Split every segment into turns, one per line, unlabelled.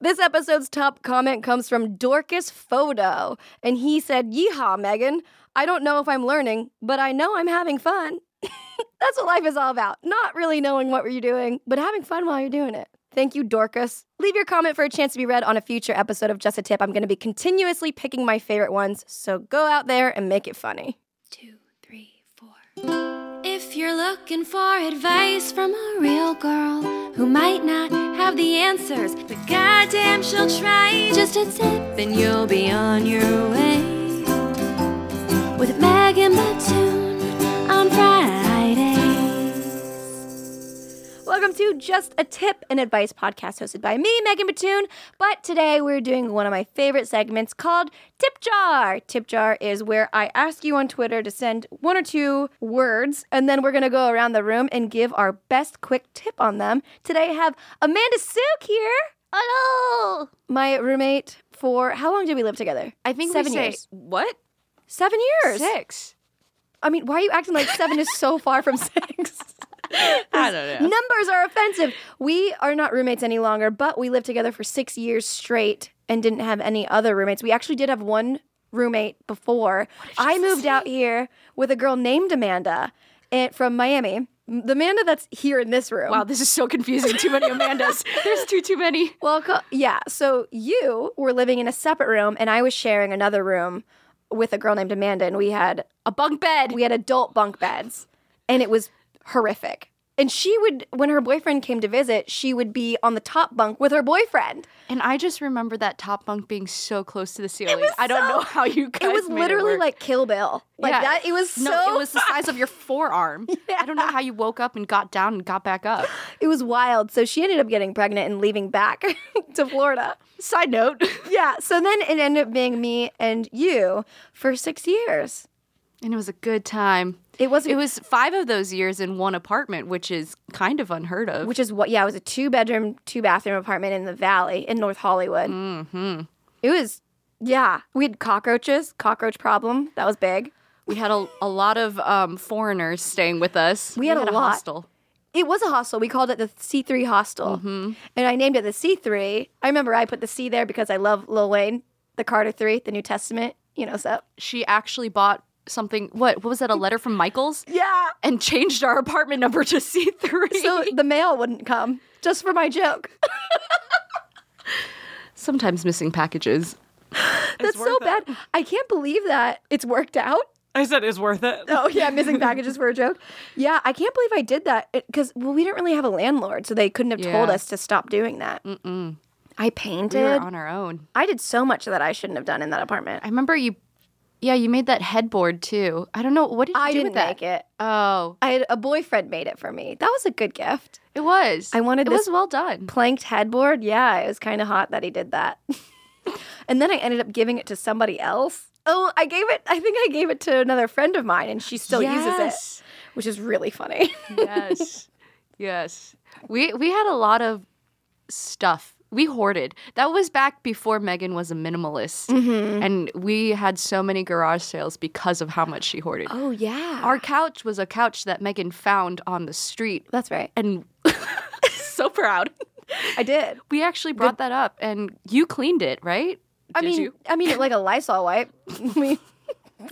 This episode's top comment comes from Dorcas Photo, and he said, Yeehaw, Megan. I don't know if I'm learning, but I know I'm having fun. That's what life is all about. Not really knowing what you're doing, but having fun while you're doing it. Thank you, Dorcas. Leave your comment for a chance to be read on a future episode of Just a Tip. I'm going to be continuously picking my favorite ones, so go out there and make it funny.
two, three, four. If you're looking for advice from a real girl who might not have the answers, but goddamn, she'll try. Just a tip and you'll be on your way. With Megan Batoon on Friday.
Welcome to Just a Tip and Advice podcast hosted by me, Megan Batoon. But today we're doing one of my favorite segments called Tip Jar. Tip Jar is where I ask you on Twitter to send one or two words, and then we're going to go around the room and give our best quick tip on them. Today I have Amanda Sook here. Hello! My roommate for how long did we live together?
I think
seven
we say,
years.
What?
Seven years.
Six.
I mean, why are you acting like seven is so far from six?
I don't know.
Numbers are offensive. We are not roommates any longer, but we lived together for six years straight and didn't have any other roommates. We actually did have one roommate before. I moved out here with a girl named Amanda and, from Miami. M- The Amanda that's here in this room.
Wow, this is so confusing. Too many Amandas. There's too too many.
Well, co- yeah. So you were living in a separate room, and I was sharing another room with a girl named Amanda, and we had
A bunk bed.
we had adult bunk beds and it was horrific and she would when her boyfriend came to visit she would be on the top bunk with her boyfriend
And I just remember that top bunk being so close to the ceiling. I don't know how you guys.
it was
made
literally
work.
like kill bill like
Yeah.
that it was
no,
so
it was the size of your forearm. I don't know how you woke up and got down and got back up.
it was wild so she ended up getting pregnant and leaving back to florida
Side note.
yeah so then it ended up being me and you for six years
And it was a good time.
it wasn't
It was five of those years in one apartment, which is kind of unheard of.
which is what yeah it was a two bedroom two bathroom apartment in the valley in north hollywood mm-hmm. it was yeah we had cockroaches cockroach problem that was big
we had a, a lot of um, foreigners staying with us.
We had a lot.
hostel.
it was a hostel we called it the c3 hostel and i named it the c3 i remember i put the c there because i love lil wayne the carter 3 the new testament you know so
she actually bought something. What? What was that? A letter from Michaels,
yeah
and changed our apartment number to C three.
so the mail wouldn't come just for my joke
sometimes missing packages.
that's so
worth
bad i can't believe that it's worked out
I said it's worth it.
Oh yeah, missing packages for a joke. Yeah, I can't believe I did that because well, we didn't really have a landlord, so they couldn't have told
Yeah.
us to stop doing that. Mm-mm. I
We were
painted.
on our own.
I did so much that I shouldn't have done in that apartment.
I remember you. Yeah, you made that headboard too. I don't know what did you
I
do
didn't
with that.
make it.
Oh,
I had a boyfriend made it for me. That was a good gift.
it was.
I wanted
It
this-
was well done.
Planked headboard. Yeah, it was kind of hot that he did that. and then I ended up giving it to somebody else. Oh, I gave it. I think I gave it to another friend of mine, and she still uses
yes.
it, which is really funny.
yes. Yes. We we had a lot of stuff. We hoarded. That was back before Megan was a minimalist.
Mm-hmm.
And we had so many garage sales because of how much she hoarded.
oh yeah,
Our couch was a couch that Megan found on the street
that's right.
and so proud.
I did.
We actually brought that up and you cleaned it, right?
I
Did
mean,
you?
I mean, like a Lysol wipe. I mean,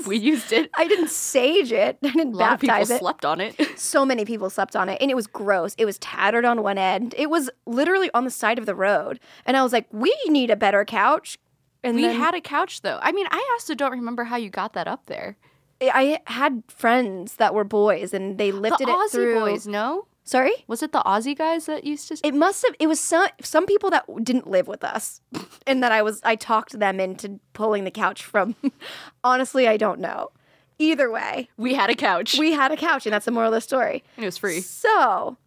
we used it.
I didn't sage it. I didn't
A lot of people
baptize it.
slept on it.
so many people slept on it, and it was gross. It was tattered on one end. It was literally on the side of the road, and I was like, "We need a better couch." And
we
then
had a couch though. I mean, I also don't remember how you got that up there.
I had friends that were boys, and they
The
lifted it
Aussie
through.
boys, no?
Sorry?
Was it the Aussie guys that used to?
It must have. It was some some people that didn't live with us, and that I was I talked them into pulling the couch from. Honestly, I don't know. Either way,
we had a couch.
we had a couch, and that's the moral of the story.
and it was free.
So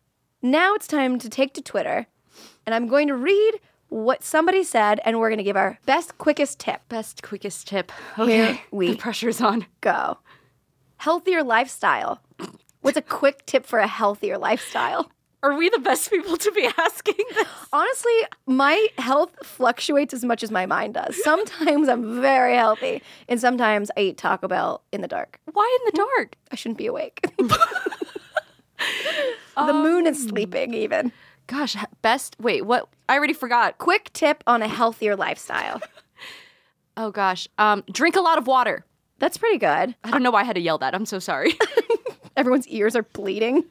now it's time to take to Twitter, and I'm going to read what somebody said, and we're going to give our best, quickest tip.
Best quickest tip.
Here
Okay,
we
the pressure's on.
Go. Healthier lifestyle. What's a quick tip for a healthier lifestyle?
Are we the best people to be asking this?
Honestly, my health fluctuates as much as my mind does. Sometimes I'm very healthy, and sometimes I eat Taco Bell in the dark.
Why in the dark?
I shouldn't be awake. the moon is sleeping, even.
Gosh, h- best. Wait, what? I already forgot.
Quick tip on a healthier lifestyle.
Oh gosh. Um, drink a lot of water.
That's pretty good.
I don't know why I had to yell that. I'm so sorry.
Everyone's ears are bleeding.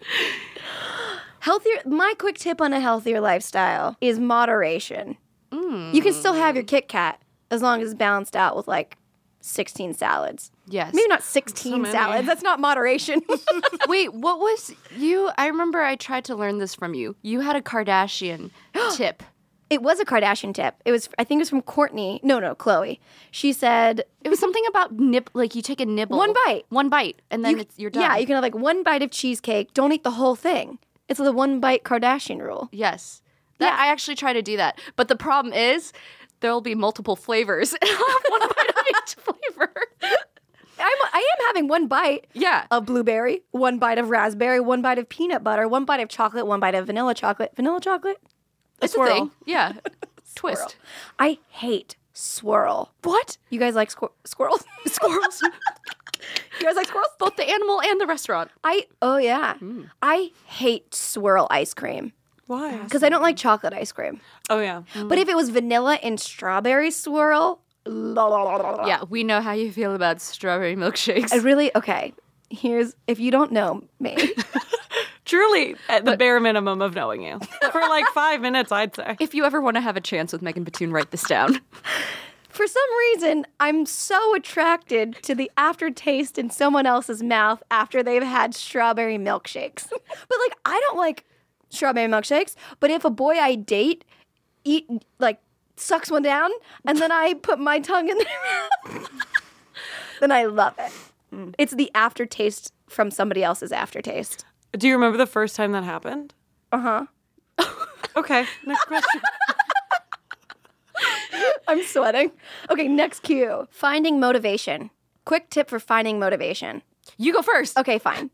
Healthier. My quick tip on a healthier lifestyle is moderation. You can still have your Kit Kat as long as it's balanced out with like 16 salads.
yes.
Maybe not 16
many.
salads. That's not moderation.
Wait, what was you? I remember I tried to learn this from you. You had a Kardashian tip.
it was a Kardashian tip. It was, I think it was from Courtney. No, no, Chloe. She said,
It was something about nip, like you take a nibble,
One bite.
one bite, and then
you-
it's, you're done.
Yeah, you can have like one bite of cheesecake. Don't eat the whole thing. It's the one bite Kardashian rule.
Yes. That, I actually try to do that. But the problem is there'll be multiple flavors. I'll have one bite of each flavor.
I'm, I am having one bite
Yeah.
of blueberry, one bite of raspberry, one bite of peanut butter, one bite of chocolate, one bite of vanilla chocolate. Vanilla chocolate?
That's
swirl.
Yeah. Twist.
I hate swirl.
What?
You guys like squir- squirrels?
Squirrels.
you guys like squirrels?
Both the animal and the restaurant.
I oh yeah.
Hmm.
I hate swirl ice cream
Why?
because I don't like chocolate ice cream.
Oh yeah.
But if it was vanilla and strawberry swirl, la, la, la, la, la.
Yeah, we know how you feel about strawberry milkshakes.
I really okay. Here's if you don't know me.
Truly, at the bare minimum of knowing you for like five minutes, I'd say.
if you ever want to have a chance with Megan Batoon, write this down.
For some reason, I'm so attracted to the aftertaste in someone else's mouth after they've had strawberry milkshakes. but like, I don't like strawberry milkshakes. But if a boy I date eat like sucks one down and then I put my tongue in their mouth, then I love it. It's the aftertaste from somebody else's aftertaste.
Do you remember the first time that happened? Uh huh. okay. Next question.
I'm sweating. Okay, next cue. Finding motivation. Quick tip for finding motivation.
You go first.
Okay, fine.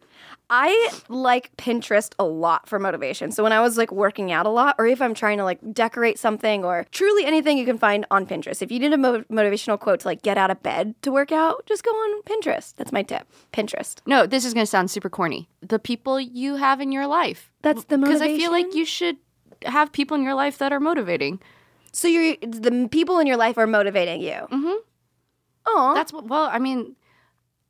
I like Pinterest a lot for motivation. So when I was like working out a lot, or if I'm trying to like decorate something, or truly anything you can find on Pinterest. If you need a mo- motivational quote to like get out of bed to work out, just go on Pinterest. That's my tip. Pinterest.
No, this is going to sound super corny. The people you have in your life.
That's the
Because
motivation.
I feel like you should have people in your life that are motivating.
so you are the people in your life are motivating you. Mm-hmm. Oh,
That's what. Well, I mean,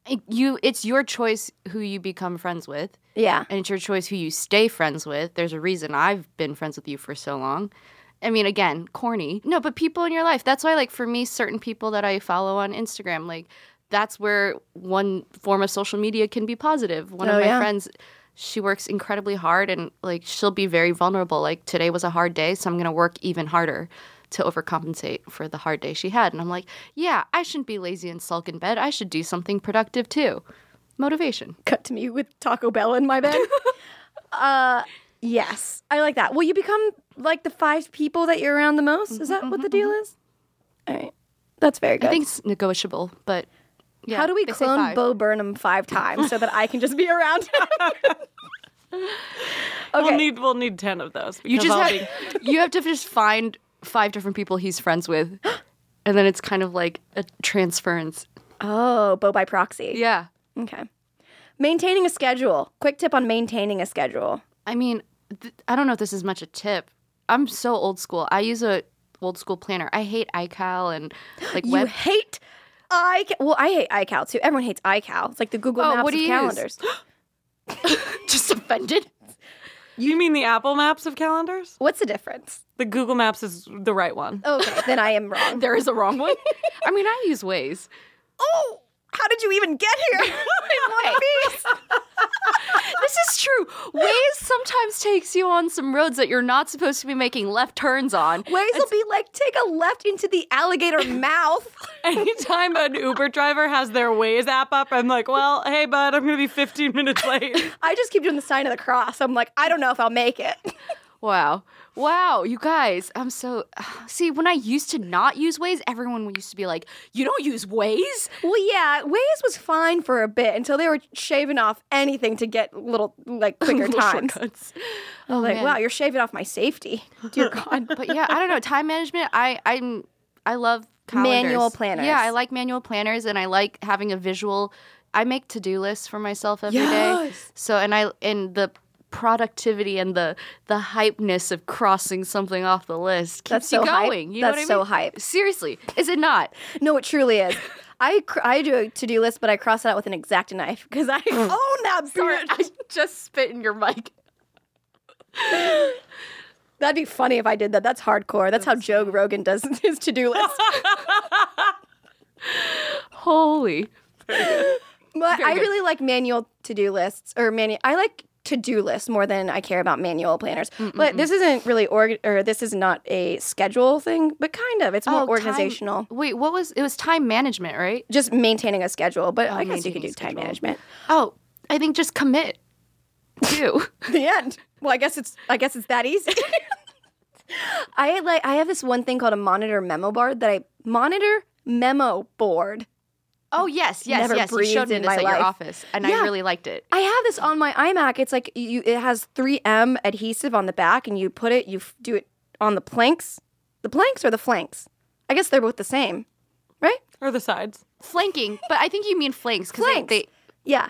it- you. It's your choice who you become friends with,
yeah.
and it's your choice who you stay friends with. There's a reason I've been friends with you for so long. I mean, again, corny. No, but people in your life. That's why, like, for me, certain people that I follow on Instagram, like, that's where one form of social media can be positive. One
Oh,
of my
yeah.
friends, she works incredibly hard and, like, she'll be very vulnerable. Like, today was a hard day, so I'm going to work even harder to overcompensate for the hard day she had. And I'm like, yeah, I shouldn't be lazy and sulk in bed. I should do something productive too. Motivation.
Cut to me with Taco Bell in my bed. uh, yes, I like that. Will you become like the five people that you're around the most? Is that what the deal is? All right, that's very good.
Mm-hmm, I think it's negotiable, but yeah,
How do we
they say
clone
five.
Bo Burnham five times so that I can just be around him? okay,
We'll need we'll need ten of those.
You
Because
just
I'll
have,
be-
you have to just find five different people he's friends with, and then it's kind of like a transference.
oh, Bo by proxy.
Yeah,
Okay. Maintaining a schedule. Quick tip on maintaining a schedule.
I mean, th- I don't know if this is much a tip. I'm so old school. I use a old school planner. I hate iCal and like
You
web.
hate iCal. Well, I hate iCal too. Everyone hates iCal. It's like the Google
Oh,
Maps
what do
of
you use?
calendars.
just offended.
you mean the Apple Maps of calendars?
What's the difference?
The Google Maps is the right one.
Okay, then I am wrong.
There is a wrong one. I mean, I use Waze.
oh, how did you even get here? In one piece.
This is true. Waze sometimes takes you on some roads that you're not supposed to be making left turns on.
Waze will be like, take a left into the alligator mouth.
Anytime an Uber driver has their Waze app up, I'm like, well, hey, bud, I'm going to be 15 minutes late.
I just keep doing the sign of the cross. I'm like, I don't know if I'll make it.
Wow. Wow, you guys, I'm so. See, when I used to not use Waze, everyone used to be like, you don't use Waze?
Well, yeah, Waze was fine for a bit until they were shaving off anything to get little, like, quicker times.
Oh,
Like,
man.
wow, you're shaving off my safety. Dear God.
but yeah, I don't know. Time management. I I'm I love calendars.
Manual planners.
Yeah, I like manual planners, and I like having a visual. I make to do lists for myself every day.
Yes.
So and I and the productivity and the the hypeness of crossing something off the list keeps
That's
you
so hype.
going. You
That's
know
so
what I mean?
hype.
Seriously, is it not?
no, it truly is. I, cr- I do a to do list, but I cross it out with an exacta knife because I Oh, own that
Sorry,
bitch.
I just spit in your mic.
That'd be funny if I did that. That's hardcore. That's how Joe Rogan does his to do list.
Holy.
But I really like manual to do lists or manual. I like to do lists more than I care about manual planners.
Mm,
But this isn't really org or this is not a schedule thing, but kind of. It's more
Oh, time-
organizational.
Wait, what was it was time management, right?
Just maintaining a schedule, but I guess you could
Oh, maintaining
do time
a schedule.
management.
Oh, I think just commit. Do.
the end. Well, I guess it's I guess it's that easy. I like I have this one thing called a monitor memo board that I monitor memo board.
Oh yes, yes,
never
yes. You
breathed
showed me
in
this
my
at
life.
your office, and
Yeah.
I really liked it.
I have this on my iMac. It's like you it has 3M adhesive on the back and you put it you f- do it on the planks. The planks or the flanks? I guess they're both the same. Right?
or the sides.
Flanking, but I think you mean flanks. 'cause they-
Flanks.
They,
Yeah.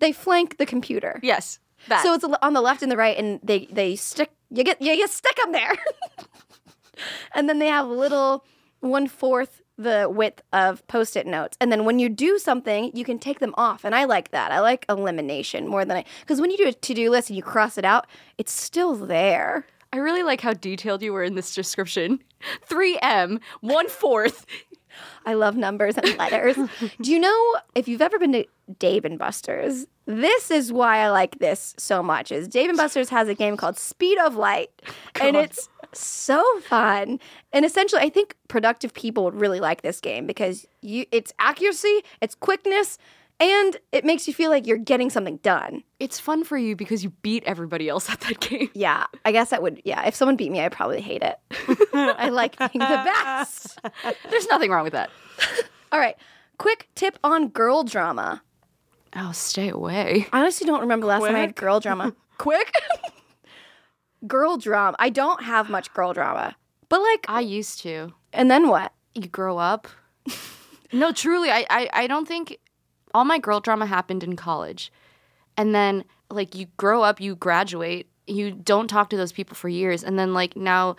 They flank the computer.
yes, that.
So it's a- on the left and the right, and they they stick you get you, you stick them there, and then they have little one fourth the width of post-it notes and then when you do something you can take them off and i like that i like elimination more than i because when you do a to-do list and you cross it out it's still there
I really like how detailed you were in this description. Three M, one fourth.
i love numbers and letters do you know if you've ever been to dave and buster's this is why i like this so much is dave and buster's has a game called speed of light and it's so fun and essentially i think productive people would really like this game because you it's accuracy it's quickness and it makes you feel like you're getting something done
It's fun for you because you beat everybody else at that game.
yeah i guess that would yeah if someone beat me i'd probably hate it i like being the best
There's nothing wrong with that.
all right quick tip on girl drama
Oh, stay away.
I honestly don't remember last time I had
Quick?
girl drama. Quick? girl drama. I don't have much girl drama. But like,
I used to.
and then what?
You grow up. no, truly, I, I, I don't think all my girl drama happened in college. And then, like, you grow up, you graduate, you don't talk to those people for years. And then, like, now,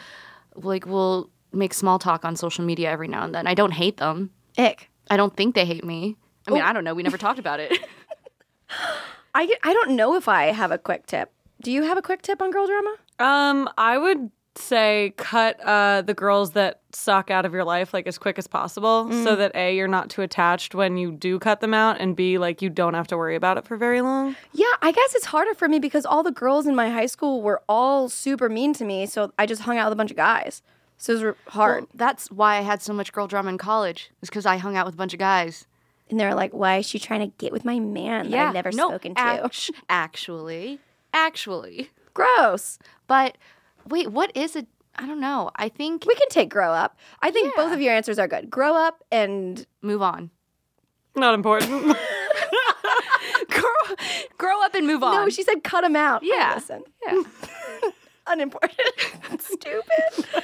like, we'll make small talk on social media every now and then. I don't hate them.
Ick.
I don't think they hate me. I mean, I don't know. We never talked about it.
I, get- I don't know if I have a quick tip. Do you have a quick tip on girl drama?
Um, I would say cut uh, the girls that suck out of your life like as quick as possible, so that a you're not too attached when you do cut them out, and b like you don't have to worry about it for very long.
Yeah, I guess it's harder for me because all the girls in my high school were all super mean to me. So I just hung out with a bunch of guys. So it was re- hard.
Well, that's why I had so much girl drama in college, is because I hung out with a bunch of guys.
and they were like, why is she trying to get with my man that I've never
no,
spoken to?
act- actually, actually.
Gross.
But wait, what is it? I don't know. I think
We can take grow up. I think both of your answers are good. Grow up and
move on.
Not important.
Grow, grow up and move on.
No, she said cut him out. I
Yeah.
Listen,
Yeah.
unimportant. Stupid.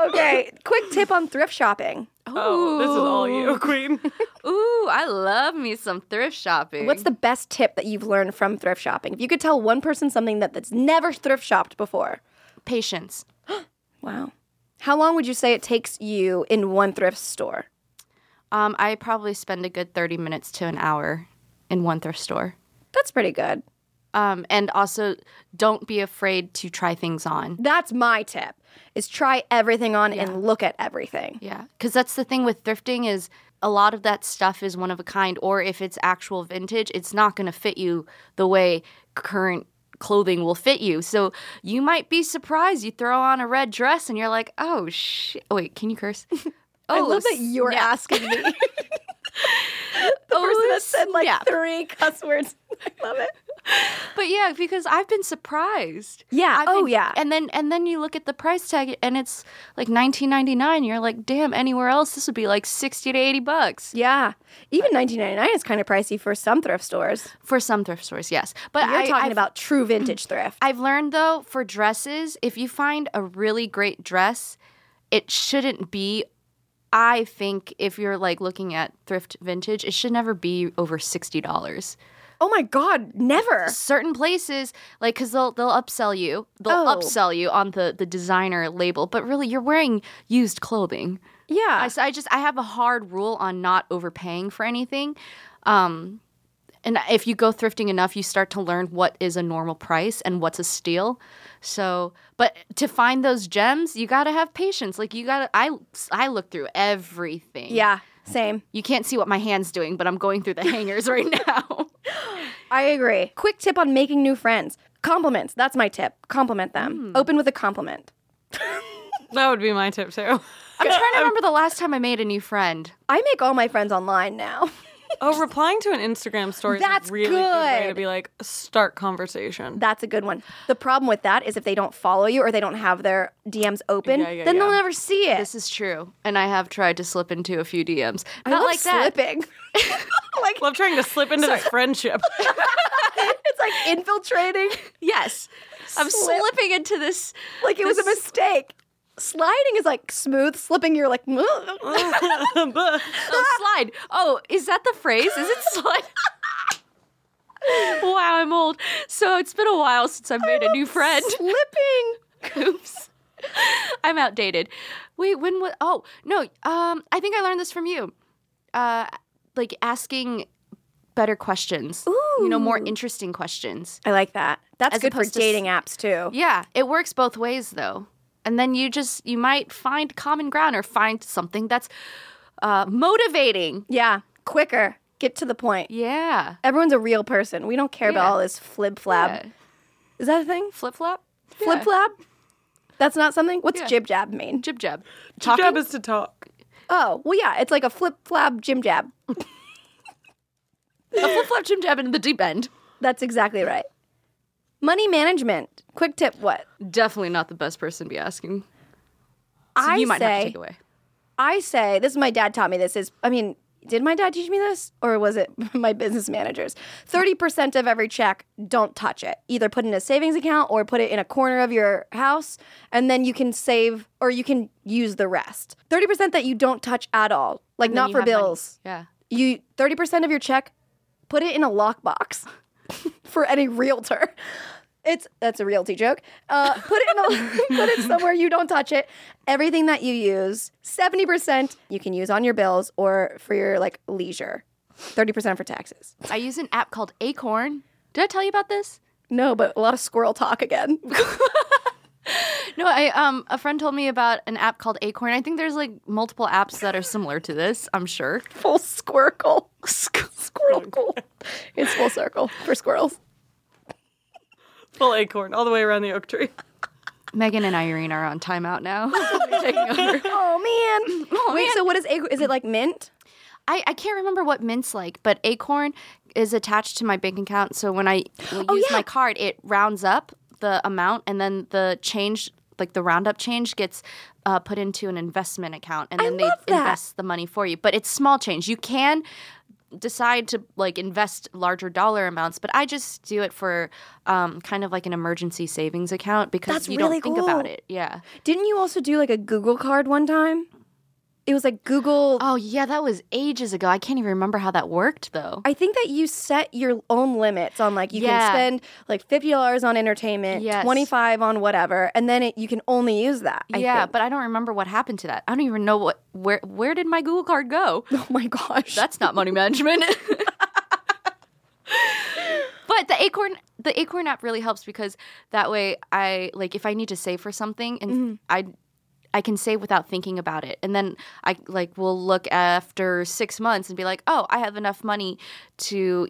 Okay. Quick tip on thrift shopping.
oh, this is all you, Queen.
Ooh, I love me some thrift shopping.
What's the best tip that you've learned from thrift shopping? If you could tell one person something that, that's never thrift shopped before.
patience?
Wow. How long would you say it takes you in one thrift store?
Um, I probably spend a good thirty minutes to an hour in one thrift store.
That's pretty good.
Um, and also, don't be afraid to try things on.
That's my tip. Is try everything on and look at everything.
Yeah, because that's the thing with thrifting is a lot of that stuff is one of a kind, or if it's actual vintage, it's not going to fit you the way current clothing will fit you. So you might be surprised. You throw on a red dress and you're like, oh shit. Wait, can you curse? Oh,
I love that you're
snap.
asking me. the person
Oh,
that said like
snap.
three cuss words. I love it.
But yeah, because I've been surprised.
Yeah.
I've
oh
been-
yeah.
And then and then you look at the price tag and it's like 19.99. You're like, damn. Anywhere else, this would be like 60 to 80 bucks.
yeah. Even 19.99 is kind of pricey for some thrift stores.
For some thrift stores, yes. But
You're
I,
talking
I've-
about true vintage thrift.
I've learned though for dresses, if you find a really great dress, it shouldn't be. I think if you're like looking at thrift vintage, it should never be over sixty dollars.
oh my god, never.
Certain places, like, cause they'll they'll upsell you, they'll
Oh.
upsell you on the the designer label, but really you're wearing used clothing. I,
Yeah.
so I just I have a hard rule on not overpaying for anything. Um, and if you go thrifting enough, you start to learn what is a normal price and what's a steal. So, but to find those gems, you gotta have patience. Like you gotta, I I look through everything.
yeah. Same.
you can't see what my hand's doing, but I'm going through the hangers right now.
I agree. Quick tip on making new friends. Compliments. That's my tip. Compliment them. Open with a compliment.
That would be my tip too.
I'm trying to remember the last time I made a new friend.
I make all my friends online now.
Oh, replying to an Instagram story
That's
is a really good way
good.
to be like start conversation.
That's a good one. The problem with that is if they don't follow you or they don't have their DMs open,
Yeah, yeah,
then they'll
yeah.
never see it.
This is true, and I have tried to slip into a few DMs.
I
Not
love
like that.
slipping. like
Love trying to slip into this friendship.
it's like infiltrating.
Yes, I'm
Slip.
slipping into this.
Like it was a
This-
mistake. Sliding is like smooth. Slipping, you're like.
Oh, slide. Oh, is that the phrase? Is it slide? wow, I'm old. So it's been a while since I've made a new friend.
Slipping.
Oops. I'm outdated. Wait, when was? Oh no. Um, I think I learned this from you. Uh, like asking better questions. You know, more interesting questions.
I like that. That's
As
good for
opposed to
dating apps too.
Yeah, it works both ways though. And then you just you might find common ground or find something that's uh, motivating.
Yeah. Quicker. Get to the point.
Yeah.
Everyone's a real person. We don't care about
Yeah.
all this flib flab. Is that a thing?
Flip flop.
Flip flab? That's not something? What's
Yeah.
jib jab mean?
Jib jab.
Your
Talking.
job is to talk.
Oh, well, yeah, it's like a flip flab jim jab.
a flip flop jib jab into the deep end.
That's exactly right. Money management. Quick tip what?
Definitely not the best person to be asking. So
I
you might
say,
have to take away.
I say, this is my dad taught me this is, I mean, did my dad teach me this or was it my business managers? 30% of every check, don't touch it. Either put in a savings account or put it in a corner of your house and then you can save or you can use the rest. 30% that you don't touch at all, like
Then
not
you
for
have money.
bills.
Yeah.
You 30% of your check, put it in a lockbox for any realtor. It's that's a realty joke. Uh, put it in a, put it somewhere you don't touch it. Everything that you use, seventy percent you can use on your bills or for your like leisure. Thirty percent for taxes.
I use an app called Acorn. Did I tell you about this?
No, but a lot of squirrel talk again.
No, I um a friend told me about an app called Acorn. I think there's like multiple apps that are similar to this, I'm sure.
Full squircle. Squircle. It's full circle for squirrels.
Full acorn all the way around the oak tree.
Megan and Irene are on timeout now. They're taking over.
Oh man. Wait, so what is ac- is it like mint?
I, I can't remember what mint's like, but Acorn is attached to my bank account. So when I use
Oh, yeah.
my card, it rounds up the amount, and then the change, like the roundup change, gets uh, put into an investment account, and then they
love that.
invest the money for you. But it's small change. You can decide to like invest larger dollar amounts, but I just do it for um, kind of like an emergency savings account because
That's
you
really
don't think about
cool.
it. Yeah.
Didn't you also do like a Google card one time? It was like Google
Oh yeah, that was ages ago. I can't even remember how that worked though.
I think that you set your own limits on like you
Yeah.
can spend like fifty dollars on entertainment,
Yes.
twenty five on whatever, and then it, you can only use that. I
yeah,
think.
but I don't remember what happened to that. I don't even know what where where did my Google card go?
oh my gosh,
That's not money management. but But the Acorn the Acorn app really helps because that way I like if I need to save for something and
Mm-hmm.
I I can save without thinking about it. And then I like will look after 6 months and be like, "Oh, I have enough money to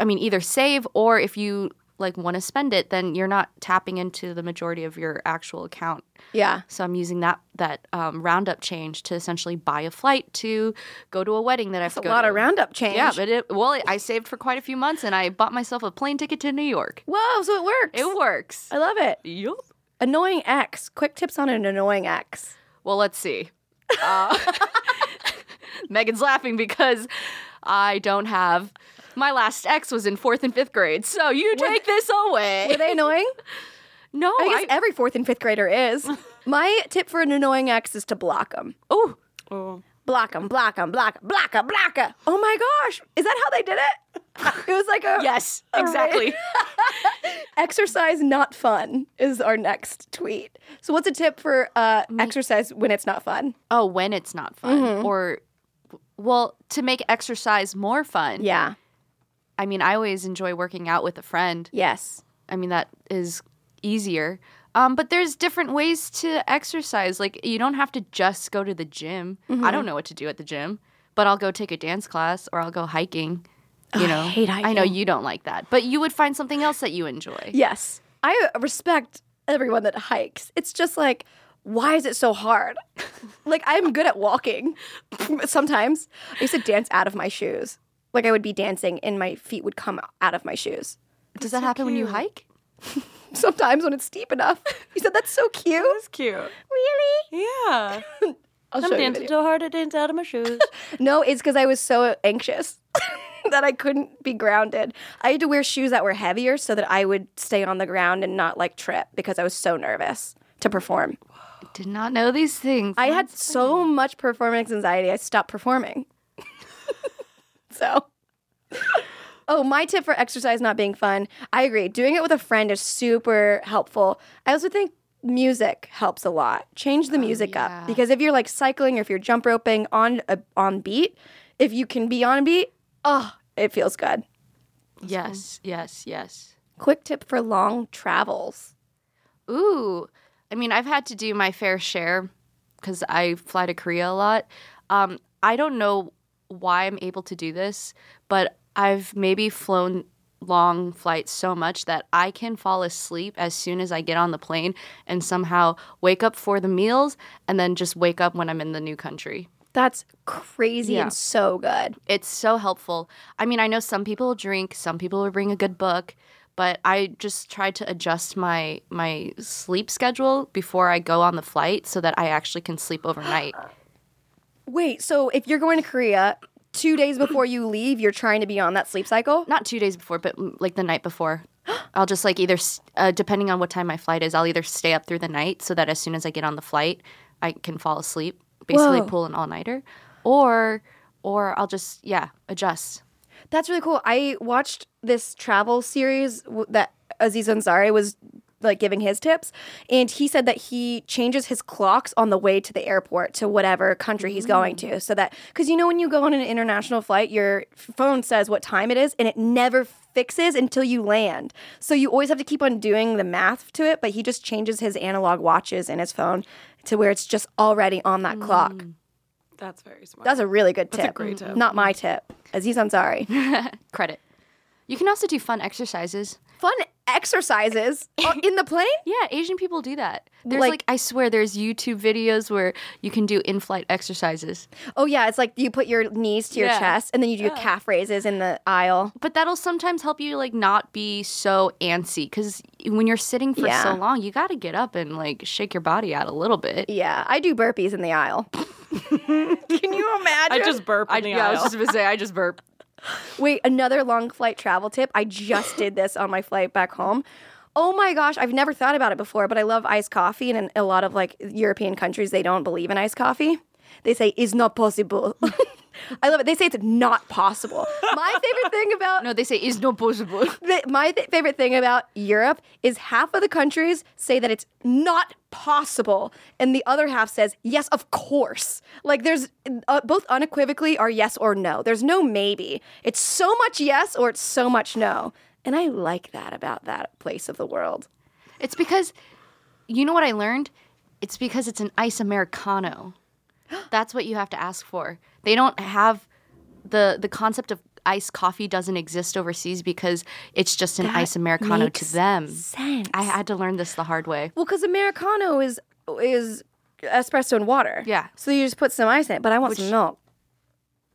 I mean either save or if you like want to spend it, then you're not tapping into the majority of your actual account.
Yeah.
So I'm using that that um, roundup change to essentially buy a flight to go to a wedding that I have
It's
to
a
go
lot
to.
of roundup change.
Yeah, but it, well, I saved for quite a few months, and I bought myself a plane ticket to New York.
Whoa, so it works.
It works.
I love it.
Yup.
Annoying ex. Quick tips on an annoying ex.
Well, let's see. Uh, Megan's laughing because I don't have. My last ex was in fourth and fifth grade, so you take this away.
Were they annoying?
no,
I guess
Oh, I,
every fourth and fifth grader is. My tip for an annoying ex is to block them.
oh,
Oh.
Block them, block them, block 'em, block 'em, block 'em. Oh my gosh. Is that how they did it? It was like a
yes,
All right.
exactly.
exercise not fun is our next tweet. So what's a tip for uh, exercise when it's not fun?
Oh, when it's not fun,
Mm-hmm.
or well, to make exercise more fun.
Yeah.
I mean, I always enjoy working out with a friend.
Yes.
I mean, that is easier. Um, but there's different ways to exercise. Like, you don't have to just go to the gym. I don't know what to do at the gym, but I'll go take a dance class or I'll go hiking. You know, I,
hate
know
hiking.
you don't like that, but you would find something else that you enjoy.
Yes. I respect everyone that hikes. It's just like, why is it so hard? like, I'm good at walking sometimes. I used to dance out of my shoes. Like, I would be dancing and my feet would come out of my shoes.
Does that happen when you hike?
Sometimes when it's steep enough. You said, that's so cute.
It's cute.
Really?
Yeah.
I'll show
I'm
you a
dancing
video.
so hard I dance out of my shoes.
No, it's because I was so anxious that I couldn't be grounded. I had to wear shoes that were heavier so that I would stay on the ground and not like trip because I was so nervous to perform.
Did not know these things.
I had so much performance anxiety, I stopped performing. so. Oh, my tip for exercise not being fun. I agree. Doing it with a friend is super helpful. I also think music helps a lot. Change the music up because if you're like cycling or if you're jump roping on a, on beat, if you can be on beat, oh, it feels good.
yes, yes, yes.
Quick tip for long travels.
Ooh, I mean, I've had to do my fair share because I fly to Korea a lot. Um, I don't know why I'm able to do this, but I've maybe flown long flights so much that I can fall asleep as soon as I get on the plane and somehow wake up for the meals and then just wake up when I'm in the new country.
That's crazy
Yeah.
and so good.
It's so helpful. I mean, I know some people drink, some people will bring a good book, but I just try to adjust my my sleep schedule before I go on the flight so that I actually can sleep overnight.
Wait, so if you're going to Korea, two days before you leave, you're trying to be on that sleep cycle?
Not 2 days before, but mm, like the night before. I'll just like either s- uh, depending on what time my flight is, I'll either stay up through the night so that as soon as I get on the flight, I can fall asleep, basically
Whoa.
pull an all-nighter, or or I'll just yeah, adjust.
That's really cool. I watched this travel series w- that Aziz Ansari was like giving his tips, and he said that he changes his clocks on the way to the airport to whatever country he's going to,
Mm.
so that because you know when you go on an international flight, your f- phone says what time it is, and it never fixes until you land. So you always have to keep on doing the math to it. But he just changes his analog watches in his phone to where it's just already on that clock.
That's very smart.
That's a really good tip.
Mm. a great tip. Mm.
Not my tip. Aziz Ansari.
Credit. You can also do fun exercises.
fun exercises on- in the plane.
Yeah, Asian people do that. There's
Like-
like, I swear there's YouTube videos where you can do in-flight exercises.
Oh yeah, it's like you put your knees to your
Yeah.
chest and then you do calf raises in the aisle.
But that'll sometimes help you like not be so antsy cuz when you're sitting for
Yeah.
so long, you got to get up and like shake your body out a little bit.
Yeah, I do burpees in the aisle. Can you imagine?
I just burp in
I,
the
yeah, I was
aisle.
just going to say I just burp.
Wait, another long flight travel tip. I just did this on my flight back home. Oh my gosh, I've never thought about it before, but I love iced coffee and in a lot of like European countries they don't believe in iced coffee. They say it's not possible. I love it. They say it's not possible. My favorite thing about
No, they say is no possible.
the, my th- favorite thing about Europe is half of the countries say that it's not possible, and the other half says yes, of course. Like there's uh, both unequivocally are yes or no. There's no maybe. It's so much yes or it's so much no. And I like that about that place of the world.
It's because, you know what I learned? It's because it's an ice americano. That's what you have to ask for. They don't have the the concept of iced coffee doesn't exist overseas because it's just an ice americano
makes
to them.
sense.
I had to learn this the hard way.
Well, because Americano is is espresso and water.
Yeah.
So you just put some ice in it, but I want some milk.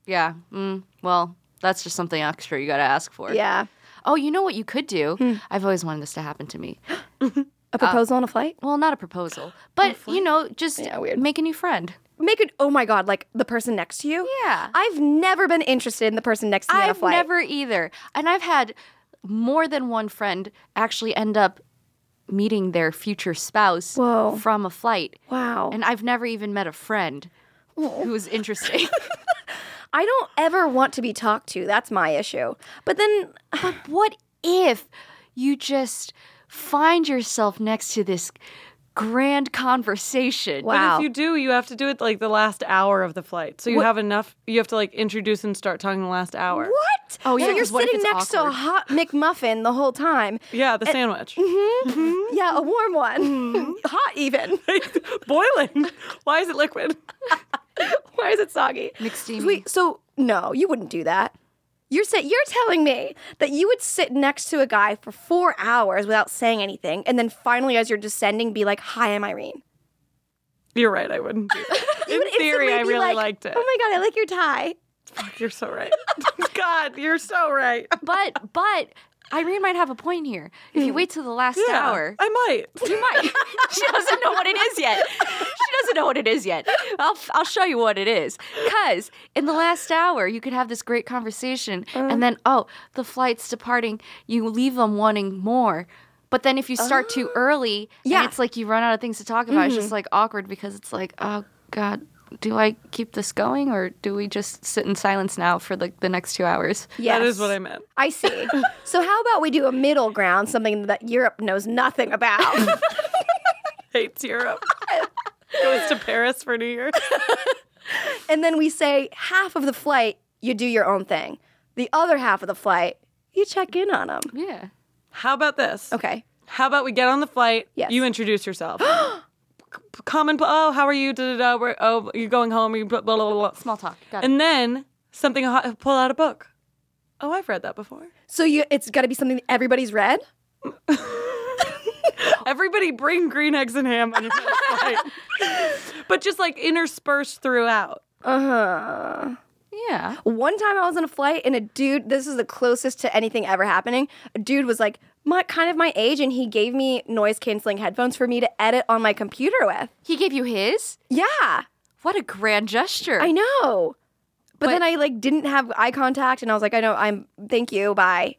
Yeah. Mm, well, that's just something extra you got to ask for.
Yeah. Hmm.
Oh, you know what you could do? I've always wanted this to happen to me.
A proposal on a flight?
Well, not a proposal, but you know, just
Yeah, weird.
make a new friend.
Make it, oh my God, like the person next to you?
Yeah.
I've never been interested in the person next to me on a
I've
flight.
never either. And I've had more than one friend actually end up meeting their future spouse
Whoa.
from a flight.
Wow.
And I've never even met a friend who was interesting.
I don't ever want to be talked to. That's my issue. But then,
but what if you just find yourself next to this grand conversation?
wow.
If you do, you have to do it like the last hour of the flight. So you have enough. You have to like introduce and start talking the last hour.
what? So
Oh, yeah,
you're
'cause what if
sitting
it's
next to a
awkward?
hot McMuffin the whole time.
Yeah, the sandwich.
Mm-hmm.
Yeah, a warm one. hot even.
Boiling. Why is it liquid?
Why is it soggy?
McSteamy.
Wait, so no, you wouldn't do that. You're sa- you're telling me that you would sit next to a guy for four hours without saying anything, and then finally, as you're descending, be like, "Hi, I'm Irene."
You're right. I wouldn't. Do it.
You
In
would instantly
theory, I
be
really
like,
liked it.
Oh my god, I like your tie.
You're so right. God, you're so right.
But but Irene might have a point here. If
Hmm.
you wait till the last
Yeah,
hour,
I might.
You might. she doesn't know what it is yet. She doesn't know what it is yet. I'll, I'll show you what it is. Because in the last hour, you could have this great conversation,
Uh.
and then, oh, the flight's departing. You leave them wanting more. But then if you start too early,
Oh. Yeah. Mm-hmm.
and it's like you run out of things to talk about, it's just like awkward because it's like, oh, God. Do I keep this going or do we just sit in silence now for like the next two hours?
Yes.
That is what I meant.
I see. so how about we do a middle ground, something that Europe knows nothing about?
Hates Europe. Goes to Paris for New Year's.
and then we say half of the flight you do your own thing. The other half of the flight you check in on them.
Yeah.
How about this?
Okay.
How about we get on the flight?
Yes.
You introduce yourself. C- Common. Oh, how are you? Da, da, da. Where, oh, you're going home. You blah, blah, blah, blah.
Small talk. Got it.
And then something hot, pull out a book. Oh, I've read that before.
So you, it's got to be something everybody's read.
Everybody bring green eggs and ham on your first flight. But just like interspersed throughout.
Uh huh.
Yeah.
One time I was on a flight and a dude, this is the closest to anything ever happening. A dude was like my kind of my age and he gave me noise canceling headphones for me to edit on my computer with.
He gave you his?
Yeah,
What a grand gesture.
I know. But, then I like didn't have eye contact and I was like, I know, I'm thank you, bye.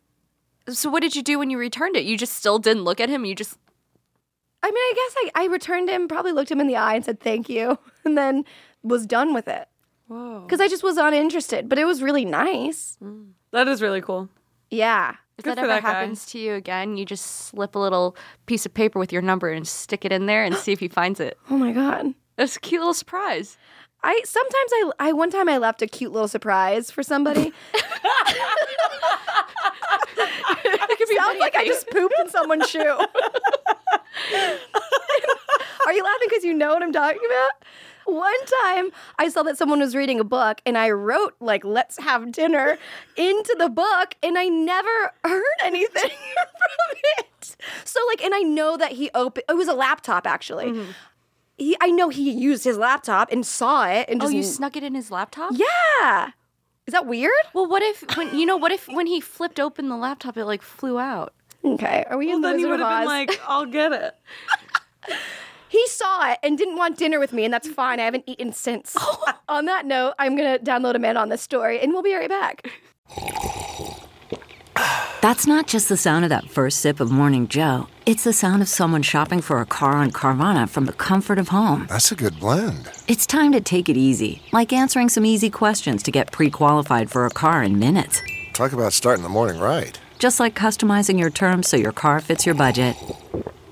so what did you do when you returned it? You just still didn't look at him. You just
I mean, I guess I, I returned him, probably looked him in the eye and said thank you, and then was done with it. Whoa. Because I just was uninterested, but it was really nice.
That is really cool.
Yeah.
if
Good
that
for
ever
that guy.
happens to you again, you just slip a little piece of paper with your number and stick it in there and see if he finds it.
Oh my God.
That's a cute little surprise.
I sometimes I I one time I left a cute little surprise for somebody.
It could be
Sounds like I just pooped in someone's shoe. Are you laughing because you know what I'm talking about? One time I saw that someone was reading a book and I wrote like let's have dinner into the book and I never heard anything from it. So like and I know that he opened it was a laptop actually. He I know he used his laptop and saw it and
Oh,
just
you snuck it in his laptop?
Yeah. Is that weird?
Well, what if when you know what if when he flipped open the laptop it like flew out?
Okay. Are we in the
Then you
Wizard
would
of
have
Oz?
been like, I'll get it.
He saw it and didn't want dinner with me, and that's fine. I haven't eaten since. Uh, on that note, I'm going to download a man on this story, and we'll be right back.
That's not just the sound of that first sip of Morning Joe. It's the sound of someone shopping for a car on Carvana from the comfort of home.
That's a good blend.
It's time to take it easy, like answering some easy questions to get pre qualified for a car in minutes.
Talk about starting the morning right.
Just like customizing your terms so your car fits your budget.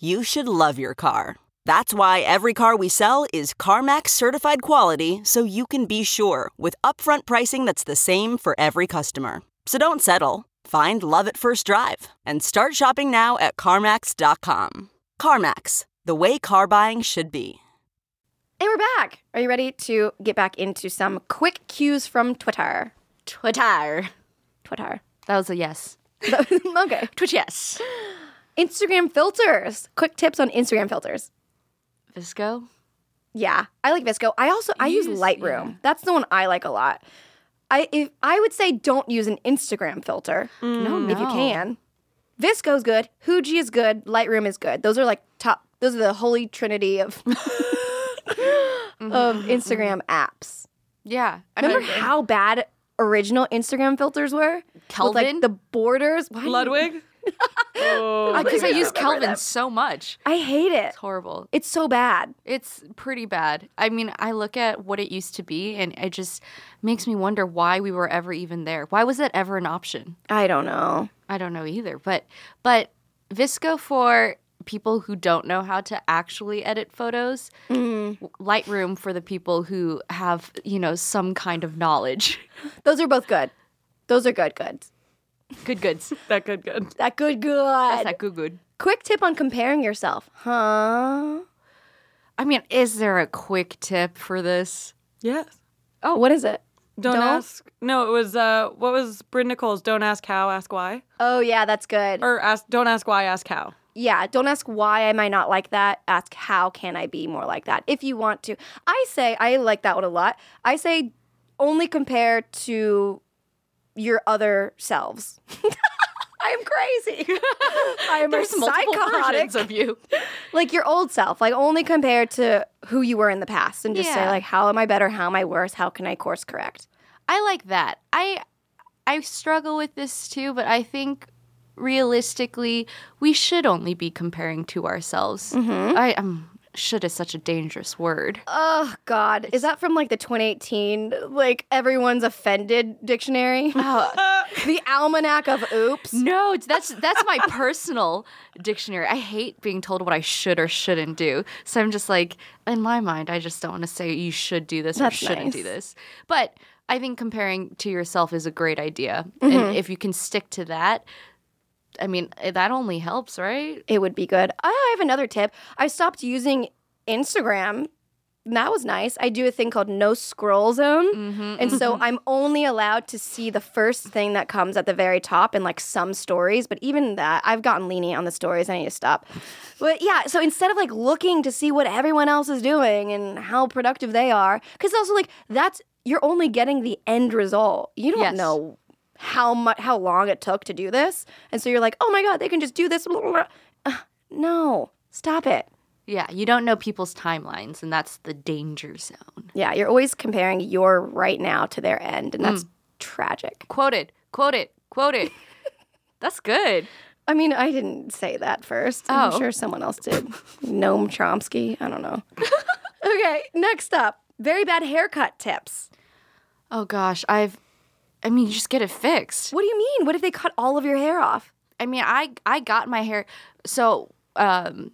you should love your car. That's why every car we sell is CarMax certified quality so you can be sure with upfront pricing that's the same for every customer. So don't settle. Find love at first drive and start shopping now at CarMax.com. CarMax, the way car buying should be.
And we're back. Are you ready to get back into some quick cues from Twitter?
Twitter.
Twitter.
That was a yes.
okay.
Twitch yes.
Instagram filters. Quick tips on Instagram filters.
Visco.
Yeah, I like Visco. I also I use,
Use-
Lightroom.
yeah.
That's the one I like a lot. I if I would say don't use an Instagram filter
No, no.
if you can. Visco's good. Hooji is good. Lightroom is good. Those are like top. Those are the holy trinity of of Instagram apps.
Yeah. Mm-hmm, I
Remember
mean,
how bad original Instagram filters were? With
Kelvin?
like the borders. Why do you-
Ludwig? oh.
Because I
I
use
remember
Kelvin
them.
so much.
I hate it.
It's horrible.
It's so bad.
It's pretty bad. I mean, I look at what it used to be and it just makes me wonder why we were ever even there. Why was that ever an option?
I don't know.
I don't know either. But but Visco for people who don't know how to actually edit photos, Lightroom for the people who have, you know, some kind of knowledge.
Those are both good. Those are good goods.
Good goods.
That good, good.
That good good.
That's that good good.
Quick tip on comparing yourself. Huh?
I mean, is there a quick tip for this?
Yes.
Oh, what is it?
Don't,
Don't?
ask. No, it was uh, what was Bryn Nicole's? Don't ask how, ask why,
Oh yeah, that's good.
or ask don't ask why, ask how.
yeah, don't ask why am I not like that. Ask how can I be more like that if you want to. I say I like that one a lot. I say only compare to your other selves. I'm crazy. I'm a psychotic.
versions of you.
like your old self. Like only compare to who you were in the past and just say
Yeah.
like how am I better? How am I worse? How can I course correct?
I like that. I I struggle with this too, but I think realistically we should only be comparing to ourselves.
Mm-hmm.
I um, should is such a dangerous word.
Oh God, is that from like the 2018 like everyone's offended dictionary? the almanac of oops.
No, it's- that's that's my personal dictionary. I hate being told what I should or shouldn't do. So I'm just like, in my mind, I just don't want to say you should do this
That's
or shouldn't do
nice.
this. But I think comparing to yourself is a great idea,
Mm-hmm.
and if you can stick to that, I mean, eh, that only helps, right?
It would be good. Ah, I have another tip. I stopped using Instagram. and That was nice. I do a thing called no scroll zone. and so I'm only allowed to see the first thing that comes at the very top and like some stories. But even that, I've gotten lenient on the stories. I need to stop. But yeah, so instead of like looking to see what everyone else is doing and how productive they are, because also like that's, you're only getting the end result. You don't
Yes.
know how much how long it took to do this and so you're like oh my god they can just do this blah, blah, blah." Ugh, no stop it
Yeah, you don't know people's timelines, and that's the danger zone.
yeah you're always comparing your right now to their end and that's tragic
Quote it, quote it, quote it. that's good.
i mean i didn't say that first i'm
Oh.
sure someone else did noam chomsky i don't know okay next up very bad haircut tips
Oh gosh, I've. I mean, you just get it fixed.
what do you mean what if they cut all of your hair off
I mean, I I got my hair. So, um,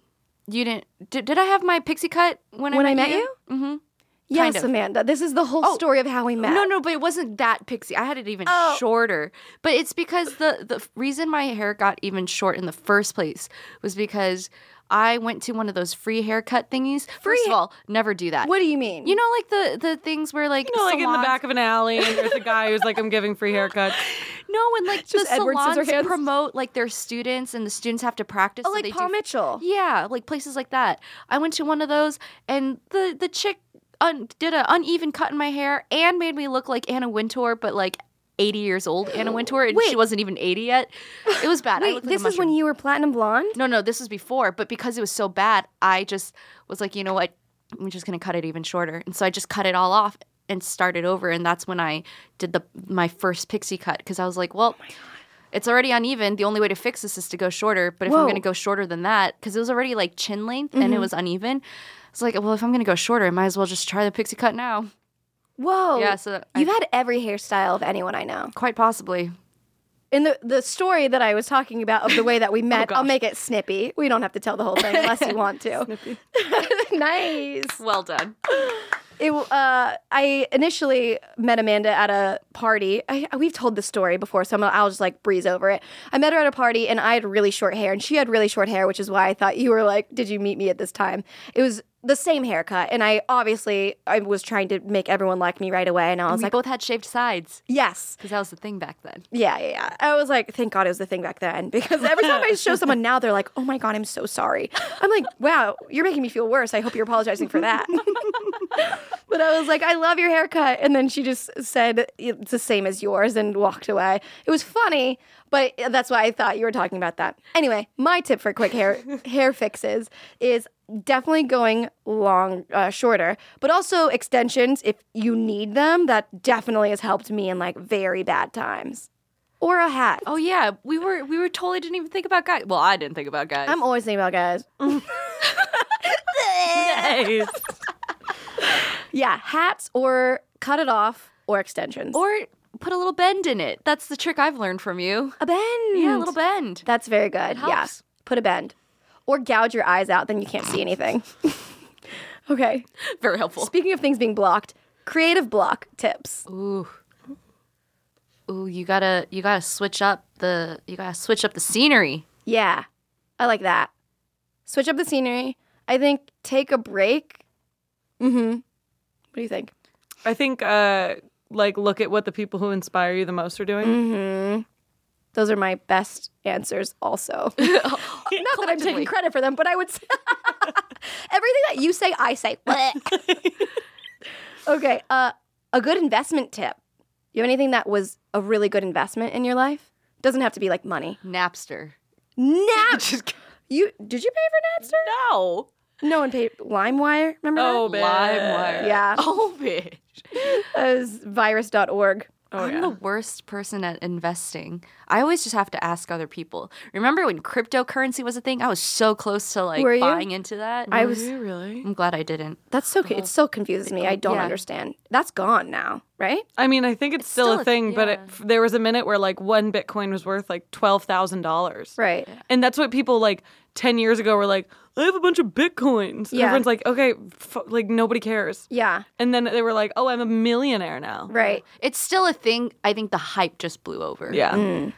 you didn't? Did, did I have my pixie cut when,
When
I
I
met
met
Mm-hmm.
yes
Kind of.
amanda this is the whole
Oh,
story of how we met
No, no, but it wasn't that pixie. I had it even
Oh.
shorter. But it's because the the reason my hair got even short in the first place was because I went to one of those free haircut thingies. First of all, never do that.
what do you mean
You know, like the the things where like
You know, like in
salons-
the back of an alley, and there's a guy who's like, "I'm giving free haircuts."
No, and like
Just
the
Edward
salons
Scissorhands.
promote like their students, and the students have to practice.
Oh,
so
like
they do
Paul Mitchell.
Yeah, like places like that. I went to one of those, and the the chick un- did an uneven cut in my hair and made me look like Anna Wintour, but like eighty years old Anna Wintour, and
Wait.
she wasn't even eighty yet. It was bad. I
Wait,
looked like a
this is when
mushroom.
you were platinum blonde?
No, no, this was before, but because it was so bad, I just was like, you know what? I'm just gonna cut it even shorter, and so I just cut it all off and started over, and that's when I did the my first pixie cut because I was like, well. It's already uneven. The only way to fix this is to go shorter. But if
Whoa.
I'm going to go shorter than that, because it was already like chin length and it was uneven, it's like, well, if I'm going to go shorter, I might as well just try the pixie cut now.
Whoa.
Yeah, so I-
You've had every hairstyle of anyone I know.
Quite possibly.
In the, the story that I was talking about of the way that
Oh,
we met, I'll make it snippy. We don't have to tell the whole thing unless you want to. nice.
Well done.
It, uh, I initially met Amanda at a party. I, we've told this story before, so I'm, I'll just like breeze over it. I met her at a party, and I had really short hair, and she had really short hair, which is why I thought you were like, "Did you meet me at this time?" It was the same haircut, and I obviously I was trying to make everyone like me right away, and I was
we
like,
both had shaved sides
"Yes,
because that was the thing back then.
yeah, yeah, yeah. I was like, thank God it was the thing back then because every time I show someone now, they're like, oh my God, I'm so sorry. I'm like, wow, you're making me feel worse. I hope you're apologizing for that. but I was like, I love your haircut. And then she just said, it's the same as yours and walked away. It was funny, but that's why I thought you were talking about that. Anyway, my tip for quick hair hair fixes is definitely going long uh, shorter but also extensions if you need them that definitely has helped me in like very bad times or a hat.
Oh yeah, we were we were totally didn't even think about guys. Well, I didn't think about guys.
I'm always thinking about guys.
Nice.
Yeah, hats or cut it off or extensions
or put a little bend in it. That's the trick I've learned from you.
a bend.
Yeah, a little bend.
That's very good.
helps.
Yeah, put a bend or gouge your eyes out, then you can't see anything. okay.
Very helpful.
Speaking of things being blocked, creative block tips.
Ooh. Ooh, you gotta you gotta switch up the you gotta switch up the scenery.
Yeah, I like that. Switch up the scenery. I think take a break. Mm-hmm. What do you think?
I think uh like look at what the people who inspire you the most are doing.
Mm-hmm. Those are my best answers, also. Not that I'm taking
Collectively.
credit for them, but I would say everything that you say, I say. okay. Uh, a good investment tip. You have anything that was a really good investment in your life? Doesn't have to be like money.
Napster.
Napster. you did you pay for
No.
Napster? No one paid. LimeWire. Remember
Oh,
that?
bitch.
LimeWire.
Yeah.
Oh bitch.
That was virus.org.
Oh
I'm
yeah.
the worst person at investing. I always just have to ask other people. Remember when cryptocurrency was a thing? I was so close to like
Were you?
buying into that.
I was.
really?
I'm glad I didn't.
That's so. It still confuses me. I don't
Yeah.
understand. That's gone now, right?
I mean, I think it's, still,
still a
a thing, but it,
yeah.
f- there was a minute where like one Bitcoin was worth like twelve thousand dollars.
Right.
And that's what people like 10 years ago were like, I have a bunch of Bitcoins. And
Yeah.
Everyone's like, okay, f- like nobody cares.
Yeah.
And then they were like, oh, I'm a millionaire now.
Right.
It's still a thing. I think the hype just blew over.
Yeah.
Mm.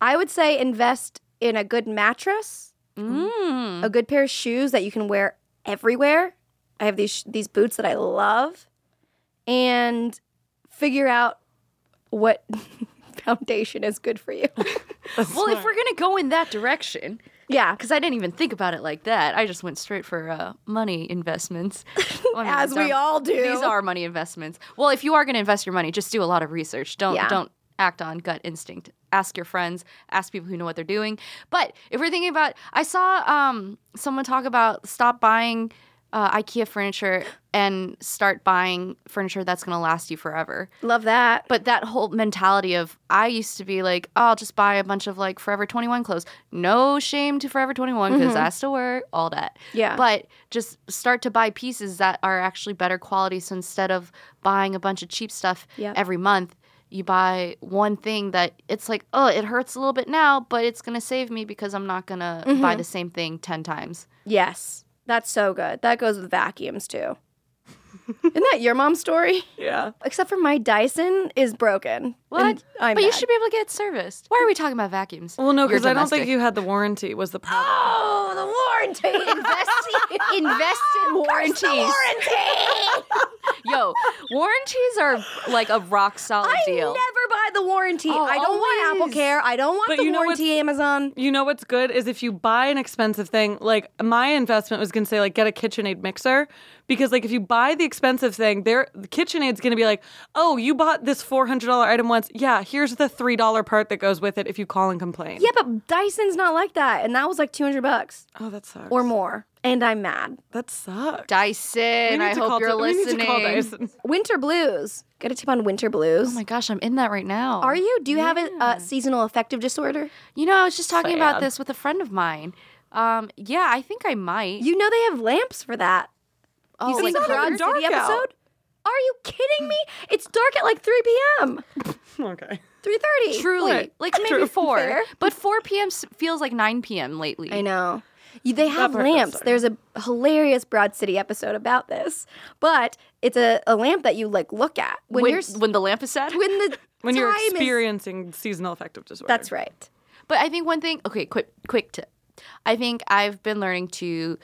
I would say invest in a good mattress,
Mm.
a good pair of shoes that you can wear everywhere. I have these sh- these boots that I love, and figure out what foundation is good for you.
Well, if we're gonna go in that direction,
yeah,
because I didn't even think about it like that. I just went straight for uh, money investments. Well, I mean,
as
these
we
are-
all do.
These are money investments. Well, if you are going to invest your money, just do a lot of research. Don't
Yeah.
don't act on gut instinct. Ask your friends. Ask people who know what they're doing. But if we're thinking about, I saw um, someone talk about stop buying uh, IKEA furniture and start buying furniture that's going to last you forever.
love that.
But that whole mentality of I used to be like, oh, I'll just buy a bunch of like Forever 21 clothes. No shame to Forever 21 because I still wear all that.
Yeah.
But just start to buy pieces that are actually better quality. So instead of buying a bunch of cheap stuff
Yep.
every month, you buy one thing that it's like, oh, it hurts a little bit now, but it's going to save me because I'm not going to buy the same thing 10 times.
yes, that's so good. That goes with vacuums too. Isn't that your mom's story?
Yeah.
Except for my Dyson is broken.
What?
And I'm
but you
mad.
should be able to get it serviced. Why are we talking about vacuums?
Well, no,
You're
because I don't
domestic.
think you had the warranty, was the problem.
Oh, the warranty.
invest invest in warranties. Yo, warranties are like a rock solid
I
deal. Oh,
never buy the the warranty. I don't want Apple
always.
Care. I don't want
But
the
you know
warranty
what's-
Amazon.
You know what's good is if you buy an expensive thing, like my investment was gonna say, like get a KitchenAid mixer. Because like if you buy the expensive thing, there the KitchenAid's gonna be like, Oh, you bought this four hundred dollar item once. Yeah, here's the three dollar part that goes with it if you call and complain.
Yeah, but Dyson's not like that, and that was like two hundred bucks
Oh, that sucks.
or more, and I'm mad.
that sucks. We
Dyson,
need
I
to
hope
call
you're
Dy- we need to
listening.
call Dyson.
Winter blues. Got a tip on winter blues.
Oh my gosh, I'm in that right now.
Are you? Do you have a, uh seasonal affective disorder?
You know, I was just talking about
Sad.
this with a friend of mine. Um, yeah, I think I might.
You know they have lamps for that.
oh,
you seen the
like
Broad
colors?
dark
City
out.
episode? Are you kidding me? It's dark at like three p.m.
Okay.
Three thirty.
Truly, like maybe
True.
four,
Fair.
but four p.m. s- feels like nine p.m. lately.
I know. You, they have
part goes
lamps.
there.
There's a hilarious Broad City episode about this, but it's a, a lamp that you like look at when,
When, when,
you're s-
the lamp is set.
when the
When you're
time is-
experiencing seasonal affective disorder.
That's right.
But I think one thing. Okay, quick, quick tip. I think I've been learning to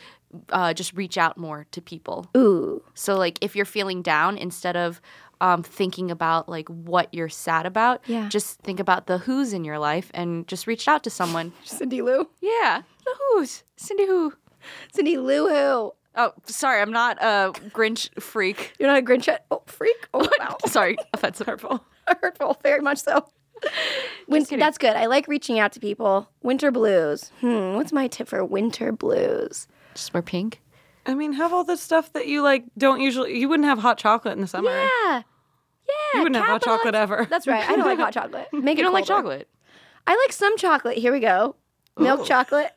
uh, just reach out more to people.
Ooh,
So like if you're feeling down, instead of um, thinking about like what you're sad about,
Yeah.
just think about the who's in your life and just reach out to someone.
Cindy Lou,
yeah, the who's Cindy who.
Cindy Lou Who.
Oh, sorry, I'm not a Grinch freak.
You're not a Grinch yet? Oh, freak! Oh, wow.
sorry, offensive.
hurtful, very much so. Win- that's good. I like reaching out to people. Winter blues. Hmm, what's my tip for winter blues?
Just wear pink.
I mean, have all the stuff that you like don't usually you wouldn't have hot chocolate in the summer.
Yeah,
Yeah,
You wouldn't have hot
capitalize-
chocolate ever.
That's right. I don't like hot chocolate. Make
you
it
don't like
colder.
chocolate.
I like some chocolate. Here we go. Milk chocolate,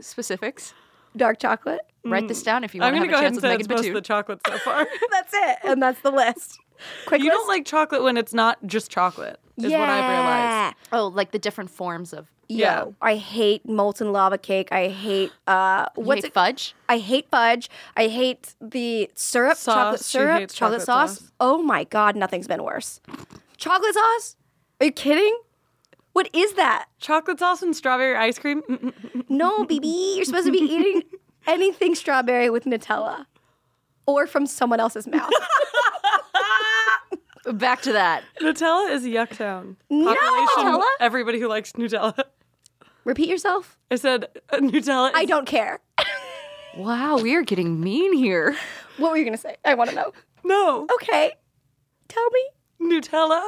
Specifics.
dark chocolate.
Write this down if you
I'm
want to
gonna
have
go
a
ahead
chance
and
with
say it's
Megan
most of the
Batoon.
chocolate so far.
That's it, and that's the list. Quick
you don't
list?
like chocolate when it's not just chocolate, is what I've realized.
Yeah.
Oh, like the different forms of.
Yeah.
Yo, I hate molten lava cake. I hate uh,
You
what's
hate
it?
fudge?
I hate fudge. I hate the syrup,
Sauce,
chocolate
she
syrup,
hates
chocolate,
chocolate
sauce.
sauce.
Oh my god, nothing's been worse. Chocolate sauce? Are you kidding? What is that?
Chocolate sauce and strawberry ice cream. Mm-mm.
No, BB, you're supposed to be eating anything strawberry with Nutella or from someone else's mouth.
Back to that.
Nutella is Yucktown.
No!
Population,
Nutella?
Everybody who likes Nutella.
Repeat yourself.
I said uh, Nutella. Is,
I don't care.
Wow, we are getting mean here.
What were you going to say? I want to know.
no.
Okay. Tell me.
Nutella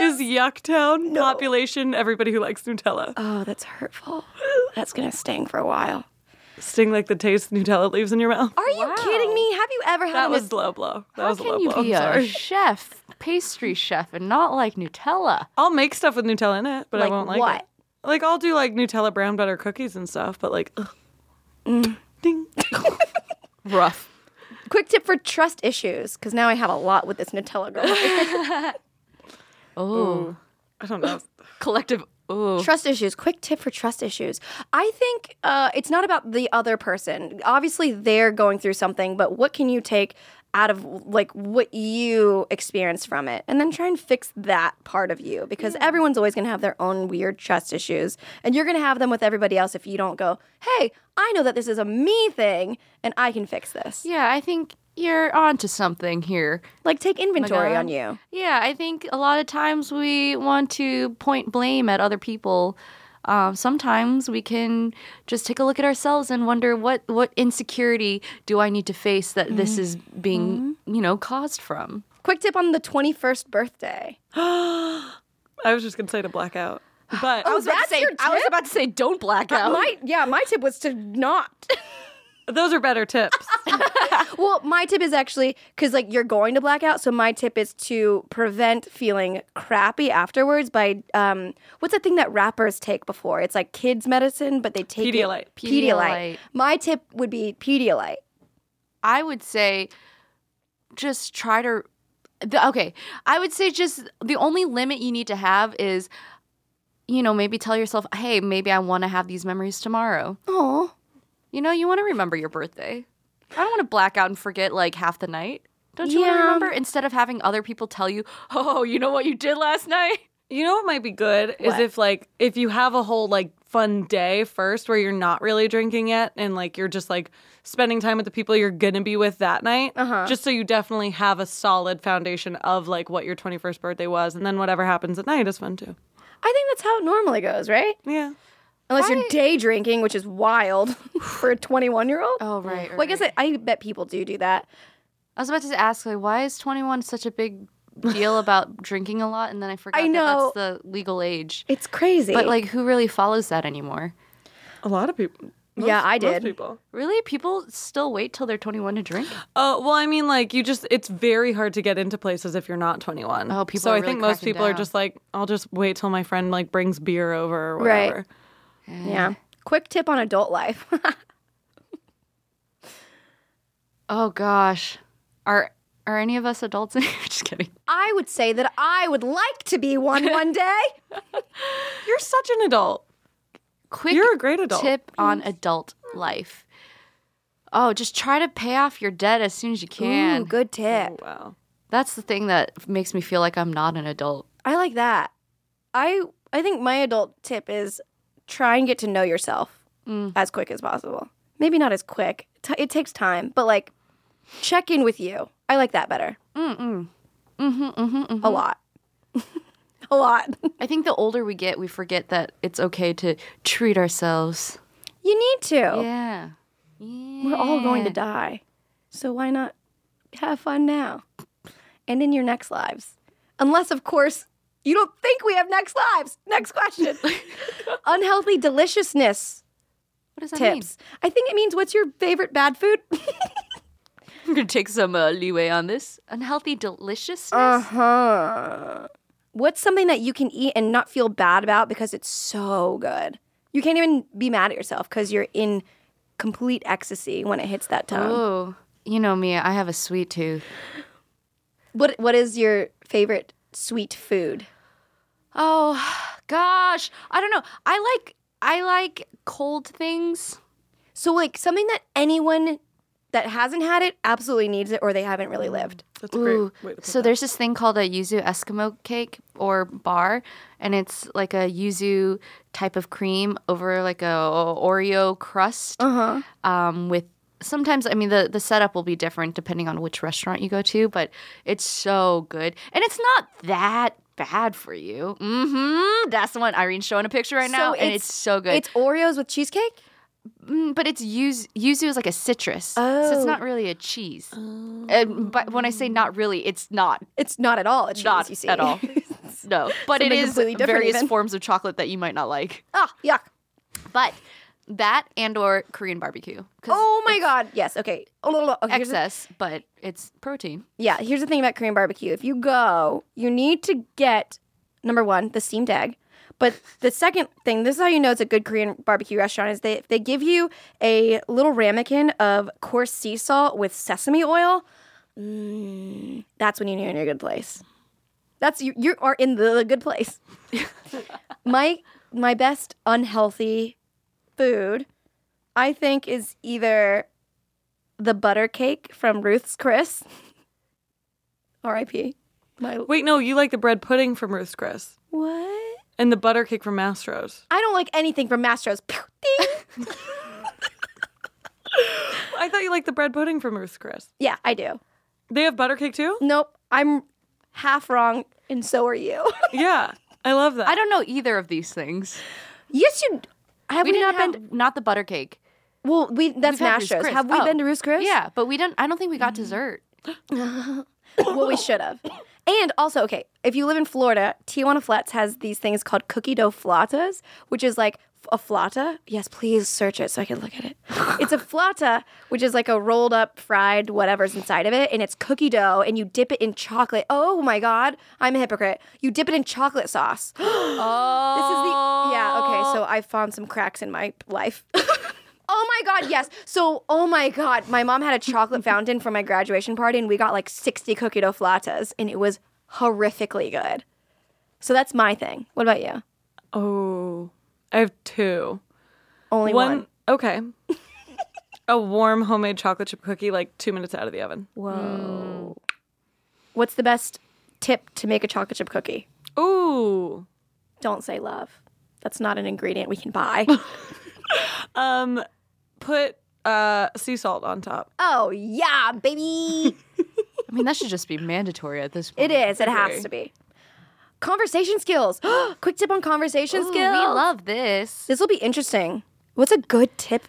is Yucktown. Population. Everybody who likes Nutella.
Oh, that's hurtful. That's going to sting for a while.
Sting like the taste Nutella leaves in your mouth.
Are you kidding me? Have you ever had
That
an-
was low blow. That
How
was
can
low
you
blow.
be
I'm
a
sorry.
chef, pastry chef, and not like Nutella?
I'll make stuff with Nutella in it, but
Like
I won't like
what?
it. Like I'll do like Nutella brown butter cookies and stuff, but like, ugh.
Mm.
ding.
Rough.
Quick tip for trust issues, because now I have a lot with this Nutella girl.
Oh,
I don't know.
collective. Oh,
trust issues. Quick tip for trust issues. I think uh, it's not about the other person. Obviously, they're going through something, but what can you take out of like what you experience from it, and then try and fix that part of you? Because everyone's always going to have their own weird trust issues, and you're going to have them with everybody else if you don't go, "Hey, I know that this is a me thing, and I can fix this."
yeah. I think you're onto something here.
Like take inventory
Oh God.
on you.
Yeah, I think a lot of times we want to point blame at other people. Um, sometimes we can just take a look at ourselves and wonder what what insecurity do I need to face that
Mm-hmm.
this is being you know caused from.
Quick tip on the 21st birthday.
I was just gonna say to black out, but
was about to That's say- your I was tip?
about to say don't black
Uh, My yeah, my tip was to not.
those are better tips.
well, my tip is actually because like you're going to blackout, so my tip is to prevent feeling crappy afterwards by um, what's that thing that rappers take before? It's like kids medicine, but they take it-
Pedialyte.
Pedialyte.
Pedialyte.
My tip would be Pedialyte.
I would say just try to. The, okay, I would say just the only limit you need to have is, you know, maybe tell yourself, hey, maybe I want to have these memories tomorrow.
Oh,
You know, you want to remember your birthday. I don't want to black out and forget like half the night. Don't you want
Yeah.
to remember? Instead of having other people tell you, oh, you know what you did last night?
You know what might be good is
What?
if like if you have a whole like fun day first where you're not really drinking yet and like you're just like spending time with the people you're gonna be with that night. Uh-huh. Just so you definitely have a solid foundation of like what your 21st birthday was, and then whatever happens at night is fun too.
I think that's how it normally goes, right?
Yeah.
Unless you're day drinking, which is wild for a 21 year old.
Oh, right.
Well, I guess I, I bet people do do that.
I was about to ask, like, why is 21 such a big deal about drinking a lot? And then I forgot
I know.
that that's the legal age.
It's crazy.
But, like, who really follows that anymore?
A lot of people.
Yeah, I did.
Most people.
Really? People still wait till they're 21 to drink?
Oh well, I mean, like you just—it's very hard to get into places if you're not 21.
Oh, people
So
are
I
really
think most
cracking
people are
down.
just like, I'll just wait till my friend like brings beer over or
Right.
whatever.
yeah. Quick tip on adult life.
Oh, gosh. Are are any of us adults? just kidding.
I would say that I would like to be one one day.
You're such an adult.
Quick
You're a great adult.
tip on adult life. Oh, just try to pay off your debt as soon as you can.
Ooh, good
Oh,
tip.
Wow.
That's the thing that makes me feel like I'm not an adult.
I like that. I I think my adult tip is try and get to know yourself as quick as possible. Maybe not as quick. T- it takes time, but like check in with you. I like that better. Mm-mm. Mm-hmm, mm-hmm, A lot. A lot.
I think the older we get, we forget that it's okay to treat ourselves.
You need to.
Oh. Yeah.
We're all going to die. So why not have fun now and in your next lives? Unless, of course, you don't think we have next lives. Next question Unhealthy deliciousness
What does that
tips. I think it means what's your favorite bad food?
mean? I'm going to take some uh, leeway on this. Unhealthy deliciousness?
huh. What's something that you can eat and not feel bad about because it's so good? You can't even be mad at yourself because you're in complete ecstasy when it hits that tongue.
oh, you know me. I have a sweet tooth.
What What is your favorite sweet food?
Oh, gosh. I don't know. I like I like cold things.
So like something that anyone that hasn't had it absolutely needs it or they haven't really
Mm.
lived.
That's a great
Ooh,
way to put
so there's this thing called a yuzu Eskimo cake or bar, and it's like a yuzu type of cream over like a Oreo crust.
Uh-huh.
Um, with sometimes, I mean, the the setup will be different depending on which restaurant you go to, but it's so good, and it's not that bad for you. Mm-hmm. That's the one Irene's showing a picture right now, and it's so good.
It's Oreos with cheesecake?
Mm, but it's yuzu. Yuzu is like a citrus, so
Oh.
it's not really a cheese. And, but when I say not really, it's not
It's not at all. It's
not
you see.
at all. No, but it
Something
is
completely different
various
even.
forms of chocolate that you might not like.
ah, yuck.
But that and or Korean barbecue. 'Cause
Oh my god. Yes, okay. Oh, no, no, okay, here's the-
Excess, but it's protein.
yeah, here's the thing about Korean barbecue. If you go, you need to get number one, the steamed egg. But the second thing, this is how you know it's a good Korean barbecue restaurant, is they they give you a little ramekin of coarse sea salt with sesame oil. Mm, that's when you know you're in a good place. That's you you are in the good place. my my best unhealthy food, I think, is either the butter cake from Ruth's Chris. R.I.P. My
Wait, no, you like the bread pudding from Ruth's Chris
what?
and the butter cake from Mastro's.
I don't like anything from Mastro's. Pew, ding.
I thought you liked the bread pudding from Ruth's Chris.
yeah, I do.
They have butter cake too?
Nope, I'm half wrong, and so are you.
Yeah. I love that.
I don't know either of these things.
yes, you. Have we,
did
not been?
have- not the butter cake.
well, we that's
We've had Ruth's
Mastro's.
Chris.
Have we
Oh.
been to Ruth's Chris? Mm.
Yeah, but we didn't. I don't think we got dessert.
well, we should have. And also, okay, if you live in Florida, Tijuana Flats has these things called cookie dough flatas, which is like f- a flata. Yes, please search it so I can look at it. it's a flata, which is like a rolled up, fried whatever's inside of it, and it's cookie dough, and you dip it in chocolate. Oh my God, I'm a hypocrite. You dip it in chocolate sauce. This is the yeah. Okay, so I found some cracks in my life. oh my god, yes. So oh my god, my mom had a chocolate fountain for my graduation party, and we got like sixty cookie dough flatas, and it was horrifically good. So that's my thing. What about you?
oh. I have two.
Only one.
Okay. a warm homemade chocolate chip cookie like 2 minutes out of the oven.
Mm. Whoa. What's the best tip to make a chocolate chip cookie?
Ooh.
Don't say love. That's not an ingredient we can buy.
Um, put uh sea salt on top.
oh, yeah, baby.
I mean, that should just be mandatory at this point.
It is. It has to be. Conversation skills. Quick tip on conversation
Ooh,
skills.
we love this.
This will be interesting. What's a good tip?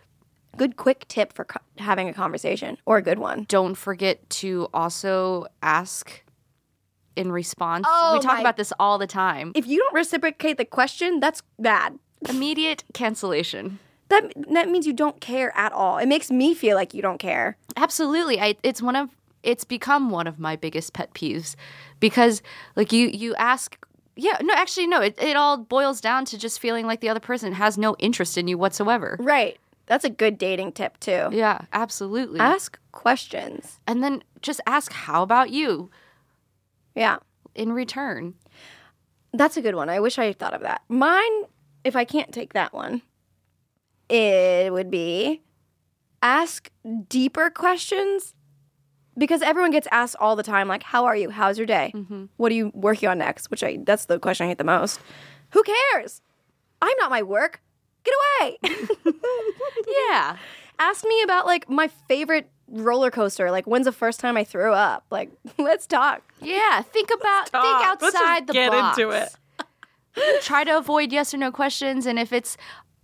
Good quick tip for co- having a conversation or a good one.
Don't forget to also ask in response.
Oh,
we talk
my-
about this all the time.
If you don't reciprocate the question, that's bad.
Immediate cancellation.
That that means you don't care at all. It makes me feel like you don't care.
Absolutely. I it's one of it's become one of my biggest pet peeves because like you you ask yeah, no, actually no, it, it all boils down to just feeling like the other person has no interest in you whatsoever.
Right. That's a good dating tip too.
Yeah, absolutely.
Ask questions.
and then just ask how about you
Yeah.
in return.
That's a good one. I wish I had thought of that. Mine, if I can't take that one, it would be ask deeper questions because everyone gets asked all the time, like, "How are you? How's your day? What are you working on next?" Which I that's the question I hate the most. Who cares? I'm not my work. Get away.
Yeah.
ask me about like my favorite roller coaster. Like, when's the first time I threw up? Like, let's talk.
Yeah, think about think
Stop. Ah, Let's just
outside the
get
box.
into it.
Try to avoid yes or no questions, and if it's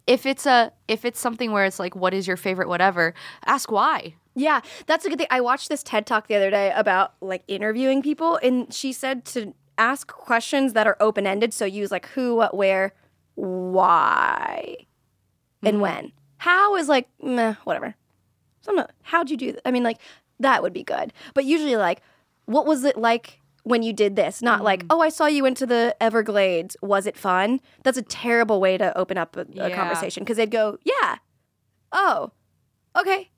if it's a if it's something where it's like what is your favorite whatever, ask why.
Yeah, that's a good thing. I watched this TED talk the other day about like interviewing people, and she said to ask questions that are open ended. So use like who, what, where, why, and when. How is like meh, whatever. So I'm not, how'd you do? Th-? I mean, like that would be good, but usually like what was it like when you did this? Not like oh, I saw you into the Everglades. Was it fun? That's a terrible way to open up a, a
Yeah.
conversation because they'd go yeah, oh, okay.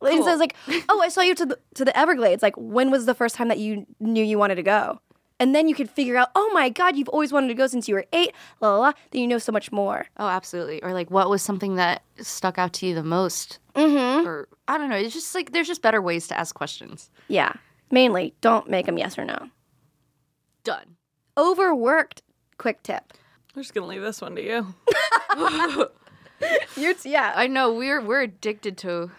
And so I was like, "Oh, I saw you to the to the Everglades. Like, when was the first time that you knew you wanted to go?" And then you could figure out, "Oh my God, you've always wanted to go since you were eight. La la la. Then you know so much more.
Oh, absolutely. Or like, what was something that stuck out to you the most?
Mm-hmm.
Or I don't know. It's just like there's just better ways to ask questions.
Yeah. Mainly, don't make them yes or no.
Done.
Overworked. Quick tip.
I'm just gonna leave this one to you.
You're t- yeah.
I know we're we're addicted to.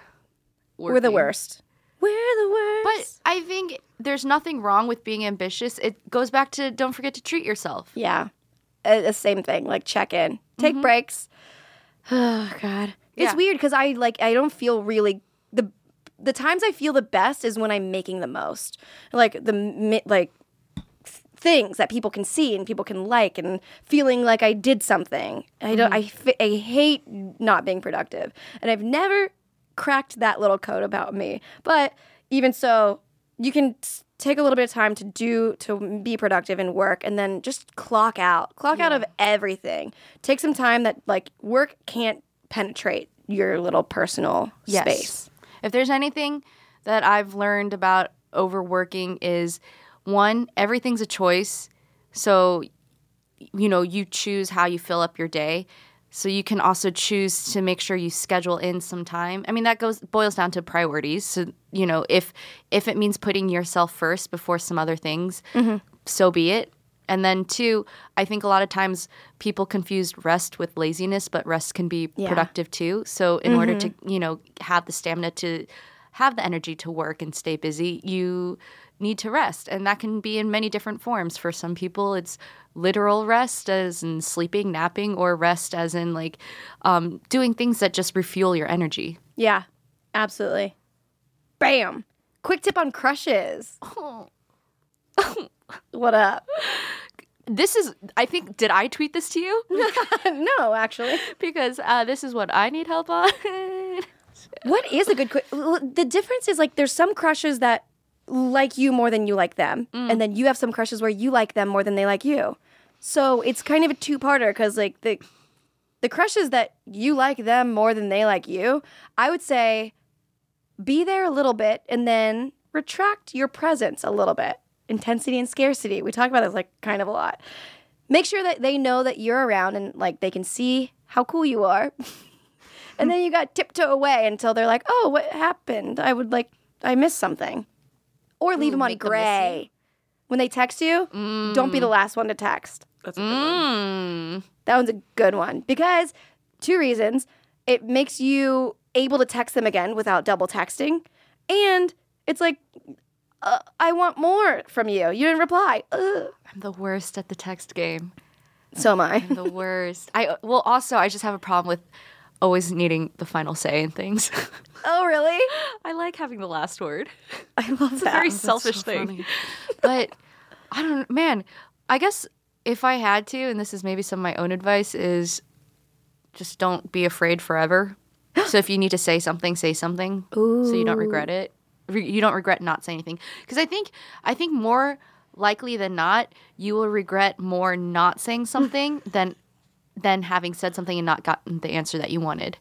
We're the
working.
worst. We're the
But
worst.
I think there's nothing wrong with being ambitious. It goes back to don't forget to treat yourself.
yeah, Uh, the same thing. Like check in, take breaks.
Oh God.
It's weird because I like I don't feel really the the times I feel the best is when I'm making the most, like the mi- like th- things that people can see and people can like and feeling like I did something. I don't. I f I I hate not being productive, and I've never cracked that little code about me. But even so, you can s- take a little bit of time to do to be productive and work and then just clock out clock out of everything take some time that like work can't penetrate your little personal space
If there's anything that I've learned about overworking is one, everything's a choice. So you know, you choose how you fill up your day. So you can also choose to make sure you schedule in some time. I mean, that goes boils down to priorities. So, you know, if if it means putting yourself first before some other things, so be it. And then two, I think a lot of times people confuse rest with laziness, but rest can be productive too. So in order to, you know, have the stamina to have the energy to work and stay busy, you need to rest. And that can be in many different forms. For some people, it's literal rest, as in sleeping, napping, or rest, as in like um, doing things that just refuel your energy.
yeah absolutely bam quick tip on crushes what up
This is, I think, did I tweet this to you?
no actually
because uh, this is what I need help on.
What is a good quick? The difference is like there's some crushes that like you more than you like them, and then you have some crushes where you like them more than they like you. So it's kind of a two-parter because like the the crushes that you like them more than they like you, I would say be there a little bit and then retract your presence a little bit. Intensity and scarcity. We talk about this like kind of a lot. Make sure that they know that you're around and like they can see how cool you are and then you got tiptoe away until they're like, "Oh, what happened? I would like, I missed something," or leave
Ooh,
Mm, them Mm. on
make them
gray. When they text you, don't be the last one to text.
That's a
Mm,
good one.
That one's a good one because two reasons. It makes you able to text them again without double texting. And it's like, uh, I want more from you. You didn't reply. Ugh.
I'm the worst at the text game.
So am I.
The worst. I well also I just have a problem with always needing the final say in things.
oh, really?
I like having the last word.
I love
It's a very
that.
selfish thing. but I don't man, I guess if I had to, and this is maybe some of my own advice, is just don't be afraid forever. so if you need to say something, say something. So you don't regret it. Re- you don't regret not saying anything. Because I think I think more likely than not, you will regret more not saying something than than having said something and not gotten the answer that you wanted.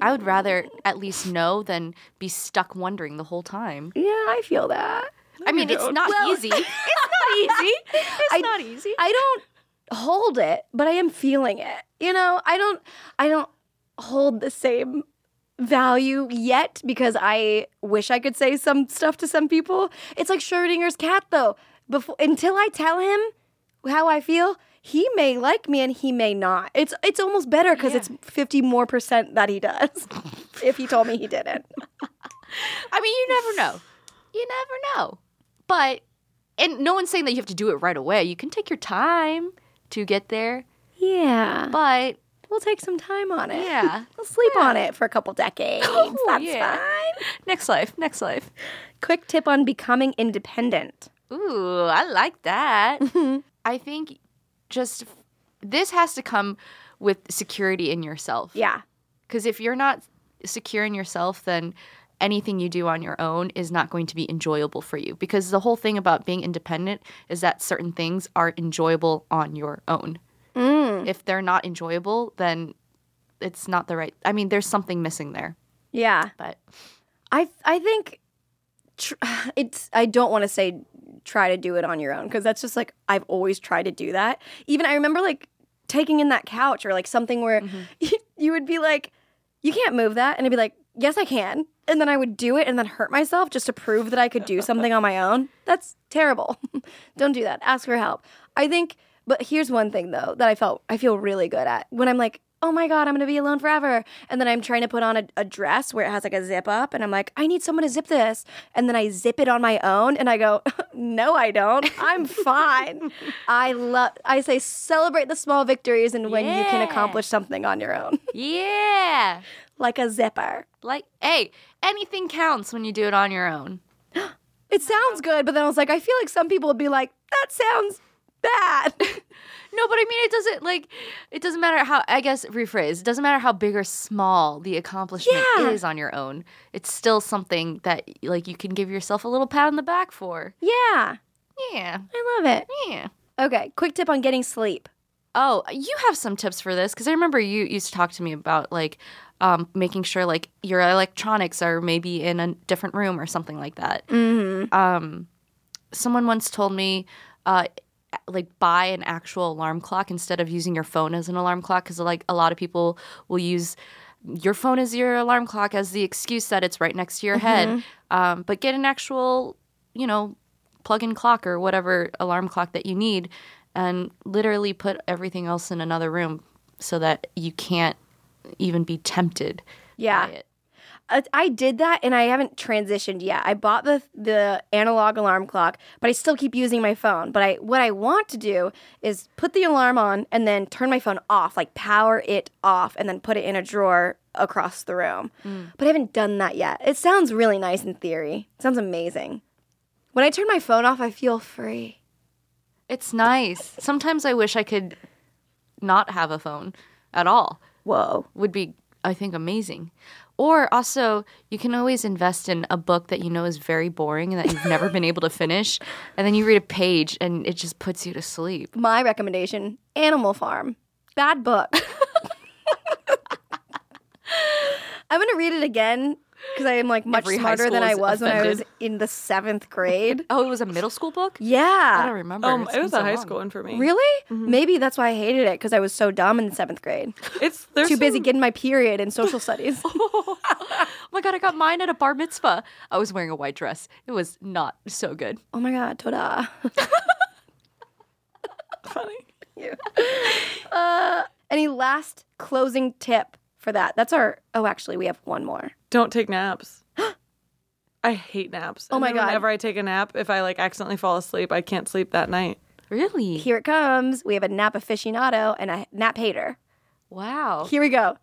I would rather at least know than be stuck wondering the whole time.
Yeah, I feel that.
I mean, it's not easy. it's not easy. It's
I-
not easy.
I don't hold it, but I am feeling it. You know, I don't I don't hold the same value yet because I wish I could say some stuff to some people. It's like Schrodinger's cat though. Before until I tell him how I feel, he may like me and he may not. It's it's almost better cuz it's 50 more percent that he does. if he told me he didn't.
I mean, you never know. You never know. But, and no one's saying that you have to do it right away. You can take your time to get there.
Yeah. But
But,
we'll take some time on it.
yeah. Oh,
We'll sleep on it for a couple decades. That's
yeah.
fine.
next life, next life.
Quick tip on becoming independent.
Ooh, I like that. I think just this has to come with security in yourself.
Yeah.
Because if you're not secure in yourself, then anything you do on your own is not going to be enjoyable for you. Because the whole thing about being independent is that certain things are enjoyable on your own. If they're not enjoyable, then it's not the right. I mean, there's something missing there.
Yeah.
But
I I think tr- it's I don't want to say try to do it on your own because that's just like I've always tried to do that. Even I remember like taking in that couch or like something where
Mm-hmm.
you, you would be like you can't move that and I'd be like yes I can and then I would do it and then hurt myself just to prove that I could do something on my own. That's terrible. don't do that. Ask for help. I think but here's one thing though that I felt I feel really good at when I'm like oh my god i'm gonna be alone forever and then i'm trying to put on a, a dress where it has like a zip up and i'm like i need someone to zip this and then i zip it on my own and i go no i don't i'm fine i love i say celebrate the small victories and when you can
Yeah.
accomplish something on your own
yeah,
like a zipper
like, hey, anything counts when you do it on your own.
it sounds good but then i was like i feel like some people would be like that sounds bad
No, but I mean, it doesn't like it doesn't matter how I guess rephrase. It doesn't matter how big or small the accomplishment
Yeah.
is on your own. It's still something that like you can give yourself a little pat on the back for.
yeah
Yeah,
i love it
yeah.
okay quick tip on getting sleep
Oh, you have some tips for this because I remember you used to talk to me about like um, making sure like your electronics are maybe in a different room or something like that. Mm-hmm. Um, someone once told me uh, like buy an actual alarm clock instead of using your phone as an alarm clock because like a lot of people will use your phone as your alarm clock as the excuse that it's right next to your head. Um, but get an actual, you know, plug in clock or whatever alarm clock that you need and literally put everything else in another room so that you can't even be tempted
yeah
by it.
I- I did that and I haven't transitioned yet. I bought the the analog alarm clock, but I still keep using my phone. But I what I want to do is put the alarm on and then turn my phone off, like power it off and then put it in a drawer across the room. But I haven't done that yet. It sounds really nice in theory. It sounds amazing. When I turn my phone off, I feel free.
It's nice. Sometimes I wish I could not have a phone at all.
Whoa.
would be I think amazing. Or also, you can always invest in a book that you know is very boring and that you've never been able to finish, and then you read a page and it just puts you to sleep.
My recommendation, Animal Farm. Bad book. I'm going to read it again because I am like much
Every high
smarter than
school
I
is
was when I was
offended.
in the seventh grade.
Oh, it was a middle school book? I don't
Yeah.
remember.
Um,
It's
it was
been
a
so
high
long.
school one for me.
Really?
Mm-hmm.
Maybe that's why I hated it because I was so dumb in seventh grade.
It's there's
Too busy
some-
Oh.
getting my period in social studies.
my god, I got mine at a bar mitzvah. I was wearing a white dress. It was not so good.
Oh my god, Toda.
Funny.
Uh, any last closing tip for that? That's our. Oh, actually, we have one more.
Don't take naps. I hate naps.
Oh
And
my
then
God.
Whenever I take a nap, if I like accidentally fall asleep, I can't sleep that night.
Really?
Here it comes. We have a nap aficionado and a nap hater.
wow.
Here we go.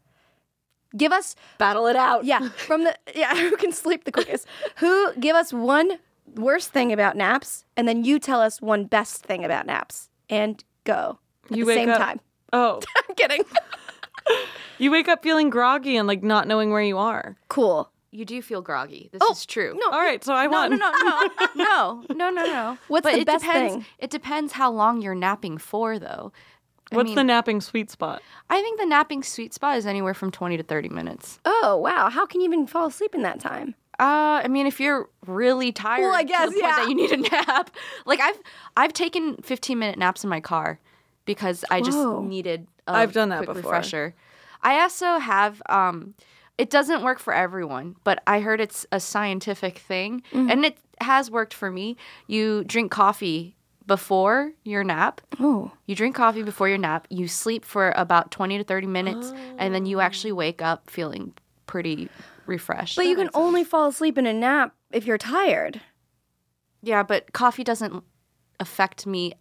Give us
Battle it out.
yeah from the yeah who can sleep the quickest? Who give us one worst thing about naps and then you tell us one best thing about naps and go at
You
the
wake
same
up-
time.
Oh,
I'm kidding.
you wake up feeling groggy and like not knowing where you are.
cool.
You do feel groggy. This is true.
Oh, No.
All right, so I
Oh, No,
won.
no, no, no, no, no, no, no.
What's the
it
best
depends,
thing?
It depends how long you're napping for, though.
What's the napping sweet spot?
I think the napping sweet spot is anywhere from 20 to 30 minutes.
Oh wow! How can you even fall asleep in that time?
Uh, I mean, if you're really tired,
Well, I
to
guess,
the point
yeah.
that you need a nap. Like I've I've taken 15 minute naps in my car because I just
Whoa.
needed. a
I've done that
quick
before.
Refresher. I also have. Um, it doesn't work for everyone, but I heard it's a scientific thing,
Mm-hmm.
and it has worked for me. You drink coffee before your nap.
Oh,
You drink coffee before your nap. You sleep for about 20 to 30 minutes, and then
Oh.
you actually wake up feeling pretty refreshed.
but you can only fall asleep in a nap if you're tired.
Yeah, but coffee doesn't affect me.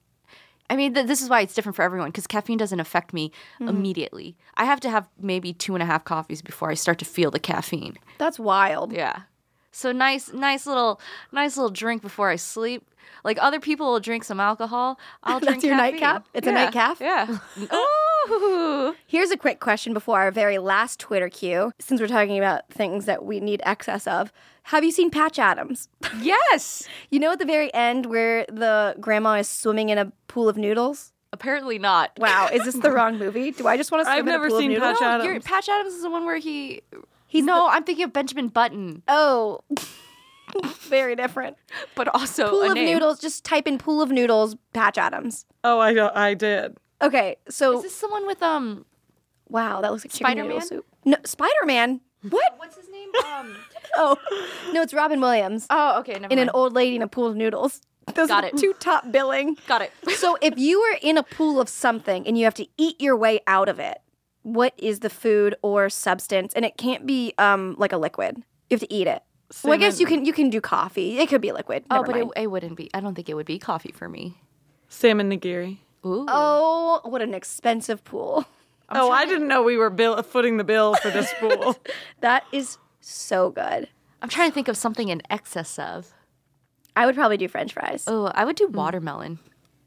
I mean, th- this is why it's different for everyone because caffeine doesn't affect me
Mm-hmm.
immediately. I have to have maybe two and a half coffees before I start to feel the caffeine.
That's wild.
Yeah. So nice, nice little, nice little drink before I sleep. Like other people will drink some alcohol. I'll
That's
drink
your
caffeine.
nightcap? It's a
Yeah.
nightcap?
Yeah. Ooh.
Here's a quick question before our very last Twitter cue, since we're talking about things that we need excess of. Have you seen Patch Adams?
Yes.
You know, at the very end where the grandma is swimming in a pool of noodles.
Apparently not.
Wow, is this the wrong movie? Do I just want to swim
I've
in
never
a pool
seen
of noodles?
Patch Adams.
Your, Patch Adams is the one where he.
He's
no, I'm thinking of Benjamin Button,
Oh, very different.
but also
Pool
a
of
name.
noodles. Just type in pool of noodles, Patch Adams.
Oh, I don't, I did.
Okay, so
Is this someone with um?
Wow, that looks like chicken noodle
Spider-Man?
soup. No, Spider Man. What?
What's his name? Um.
Oh, no, it's Robin Williams
oh, okay. Never
in an
mind.
old lady in a pool of noodles. Those
Got
are the
it.
two top billing.
Got it.
So if you were in a pool of something and you have to eat your way out of it, what is the food or substance? And it can't be um like a liquid. You have to eat it. well, I guess you can you can do coffee. It could be liquid.
Oh,
Never
but it,
mind.
it wouldn't be. I don't think it would be coffee for me.
Salmon nigiri.
Ooh.
oh, what an expensive pool.
oh, I didn't know we were bill- footing the bill for this pool.
That is so good.
I'm trying to think of something in excess of.
I would probably do French fries.
Oh, I would do watermelon.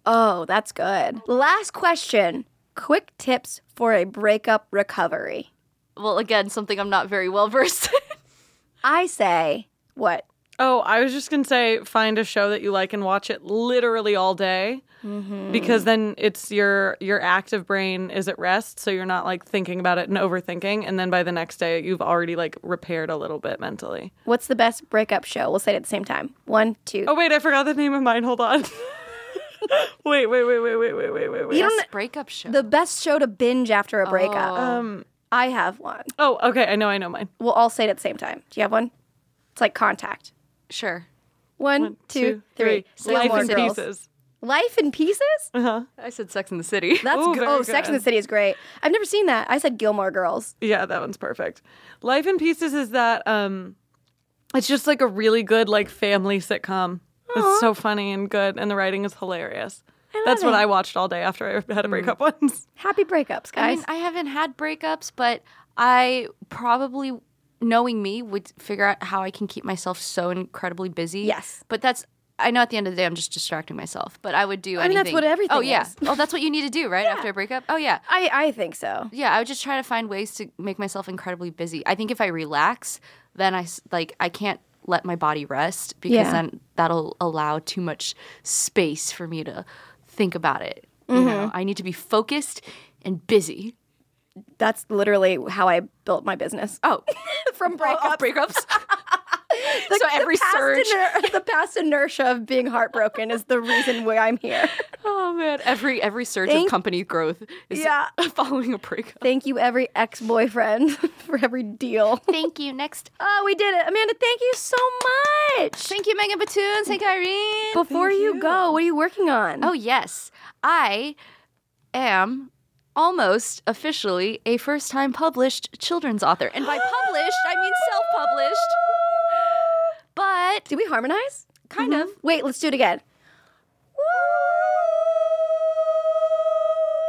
Oh, that's good. Last question. Quick tips for a breakup recovery.
Well, again, something I'm not very well versed.
I say, what?
Oh, I was just gonna say, find a show that you like and watch it literally all day,
Mm-hmm.
because then it's your your active brain is at rest, so you're not like thinking about it and overthinking, and then by the next day you've already like repaired a little bit mentally.
What's the best breakup show? We'll say it at the same time. One, two.
Oh wait, I forgot the name of mine. Hold on. wait, wait, wait, wait, wait, wait, wait, wait, wait.
You don't-
breakup show.
The best show to binge after a breakup.
Um.
I have one.
Oh, okay. I know. I know mine.
We'll all say it at the same time. Do you have one? It's like contact.
sure.
One, two, three.
Life
Gilmore
in
Girls.
pieces.
Life in pieces?
I said Sex in the City.
That's
Ooh,
go-
very
oh, Sex in the
good.
City is great. I've never seen that. I said Gilmore Girls.
Yeah, that one's perfect. Life in Pieces is that um it's just like a really good like family sitcom. It's so funny and good and the writing is hilarious. That's what I watched all day after I had a breakup
Mm.
once.
Happy breakups,
I
guys.
mean, I haven't had breakups, but I probably, knowing me, would figure out how I can keep myself so incredibly busy.
Yes.
But that's, I know at the end of the day, I'm just distracting myself, but I would do
I mean,
anything.
that's what everything
Oh, yeah.
is.
oh, that's what you need to do, right? After a breakup? Oh, yeah.
I, I think so.
Yeah, I would just try to find ways to make myself incredibly busy. I think if I relax, then I s- like I can't let my body rest because
Yeah.
then that'll allow too much space for me to think about it. You know, I need to be focused and busy.
That's literally how I built my business.
Oh,
From
oh,
breakups.
breakups. so every
past
surge.
iner- the past inertia of being heartbroken is the reason why I'm here.
Oh man, every every surge
Thank-
of company growth is
Yeah.
following a breakup.
Thank you, every ex boyfriend, for every deal.
Thank you. Next.
Oh, we did it. Amanda, thank you so much.
Thank you, Megan Batoon. Thank you, Irene.
Before you. go, what are you working on?
Oh yes, I am almost officially a first-time published children's author, and by published I mean self-published. But
did we harmonize?
kind of.
Wait, let's do it again.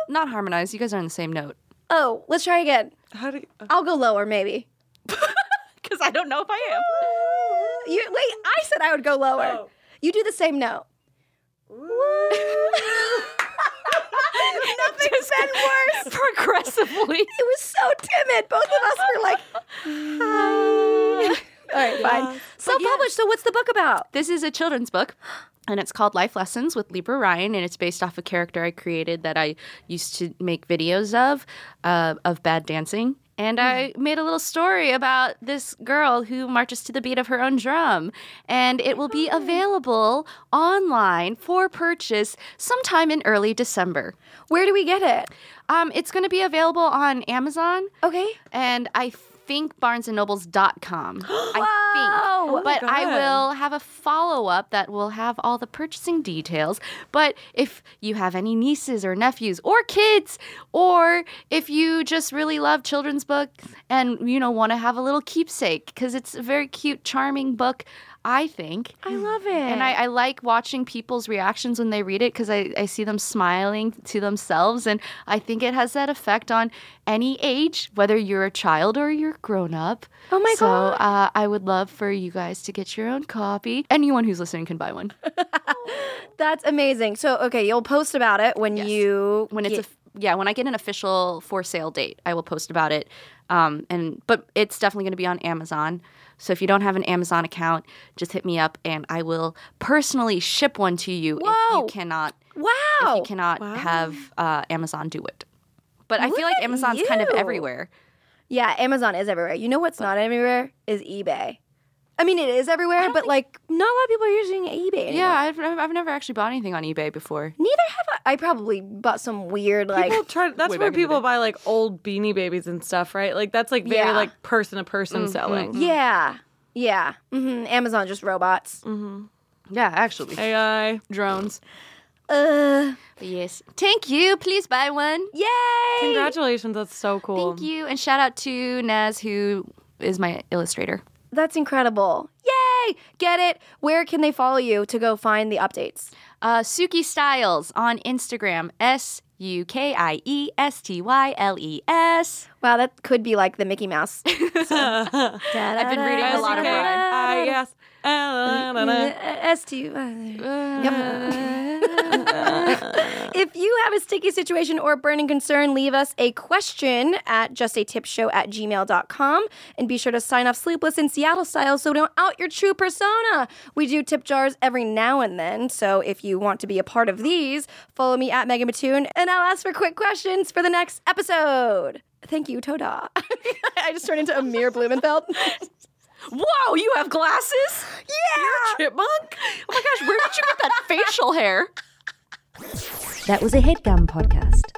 Not harmonized. You guys are on the same note.
Oh, let's try again.
How do you,
uh,
I'll go lower, maybe.
Because I don't know if I am. Oh.
You wait. I said I would go lower. You do the same note. Nothing's been worse.
Progressively.
It was so timid. Both of us were like, "Hi." All right, fine. Self-published. So what's the book about?
This is a children's book, and it's called Life Lessons with Libra Ryan, and it's based off a character I created that I used to make videos of, uh, of bad dancing. And I
Hmm.
made a little story about this girl who marches to the beat of her own drum. And it will
Oh.
be available online for purchase sometime in early December.
Where do we get it?
Um, it's going to be available on Amazon.
Okay.
and I think barnesandnobles.com. I think. but I will have a follow up that will have all the purchasing details. But if you have any nieces or nephews or kids, or if you just really love children's books and you know want to have a little keepsake because it's a very cute, charming book, I think.
I love it.
And I, I like watching people's reactions when they read it because I, I see them smiling to themselves. And I think it has that effect on any age, whether you're a child or you're grown up.
Oh my
so,
God.
uh, I would love for you guys to get your own copy. Anyone who's listening can buy one
That's amazing. So okay, you'll post about it when you
when it's
get-
a yeah when I get an official for sale date. I will post about it. Um, and but it's definitely going to be on Amazon. So if you don't have an Amazon account, just hit me up and I will personally ship one to you if
Whoa.
you cannot if
wow.
you cannot have uh, Amazon do it. But I feel like
at
Amazon's kind of
you.
everywhere.
Yeah, Amazon is everywhere. You know what's not everywhere is eBay. I mean, it is everywhere, but like not a lot of people are using eBay. Anymore.
Yeah, I've, I've I've never actually bought anything on eBay before.
Neither have I. I probably bought some weird like.
People try. That's
way
where
back in the
people
day.
buy like old beanie babies and stuff, right? Like that's like very
Yeah.
like person to
Mm-hmm.
person selling.
yeah, yeah. hmm Amazon just robots.
Yeah, actually.
AI.
Drones.
Uh,
Yes. Thank you. Please buy one.
yay!
Congratulations, that's so cool.
Thank you. And shout out to Naz, who is my illustrator.
That's incredible. Yay! Get it. Where can they follow you to go find the updates?
Uh, Suki Styles on Instagram. S U K I E S T Y L E S.
Wow, that could be like the Mickey Mouse.
I've been reading a lot of her.
I guess.
Uh, S T. Uh, If you have a sticky situation or a burning concern, leave us a question at justatipshow at gmail.com and be sure to sign off sleepless in Seattle style so we don't out your true persona. We do tip jars every now and then, so if you want to be a part of these, follow me at Megan Mattoon and I'll ask for quick questions for the next episode. Thank you, Toda. I just turned into Amir Blumenfeld.
Whoa, you have glasses?
yeah!
Chipmunk? Oh my gosh, where did you get that facial hair?
That was a headgum podcast.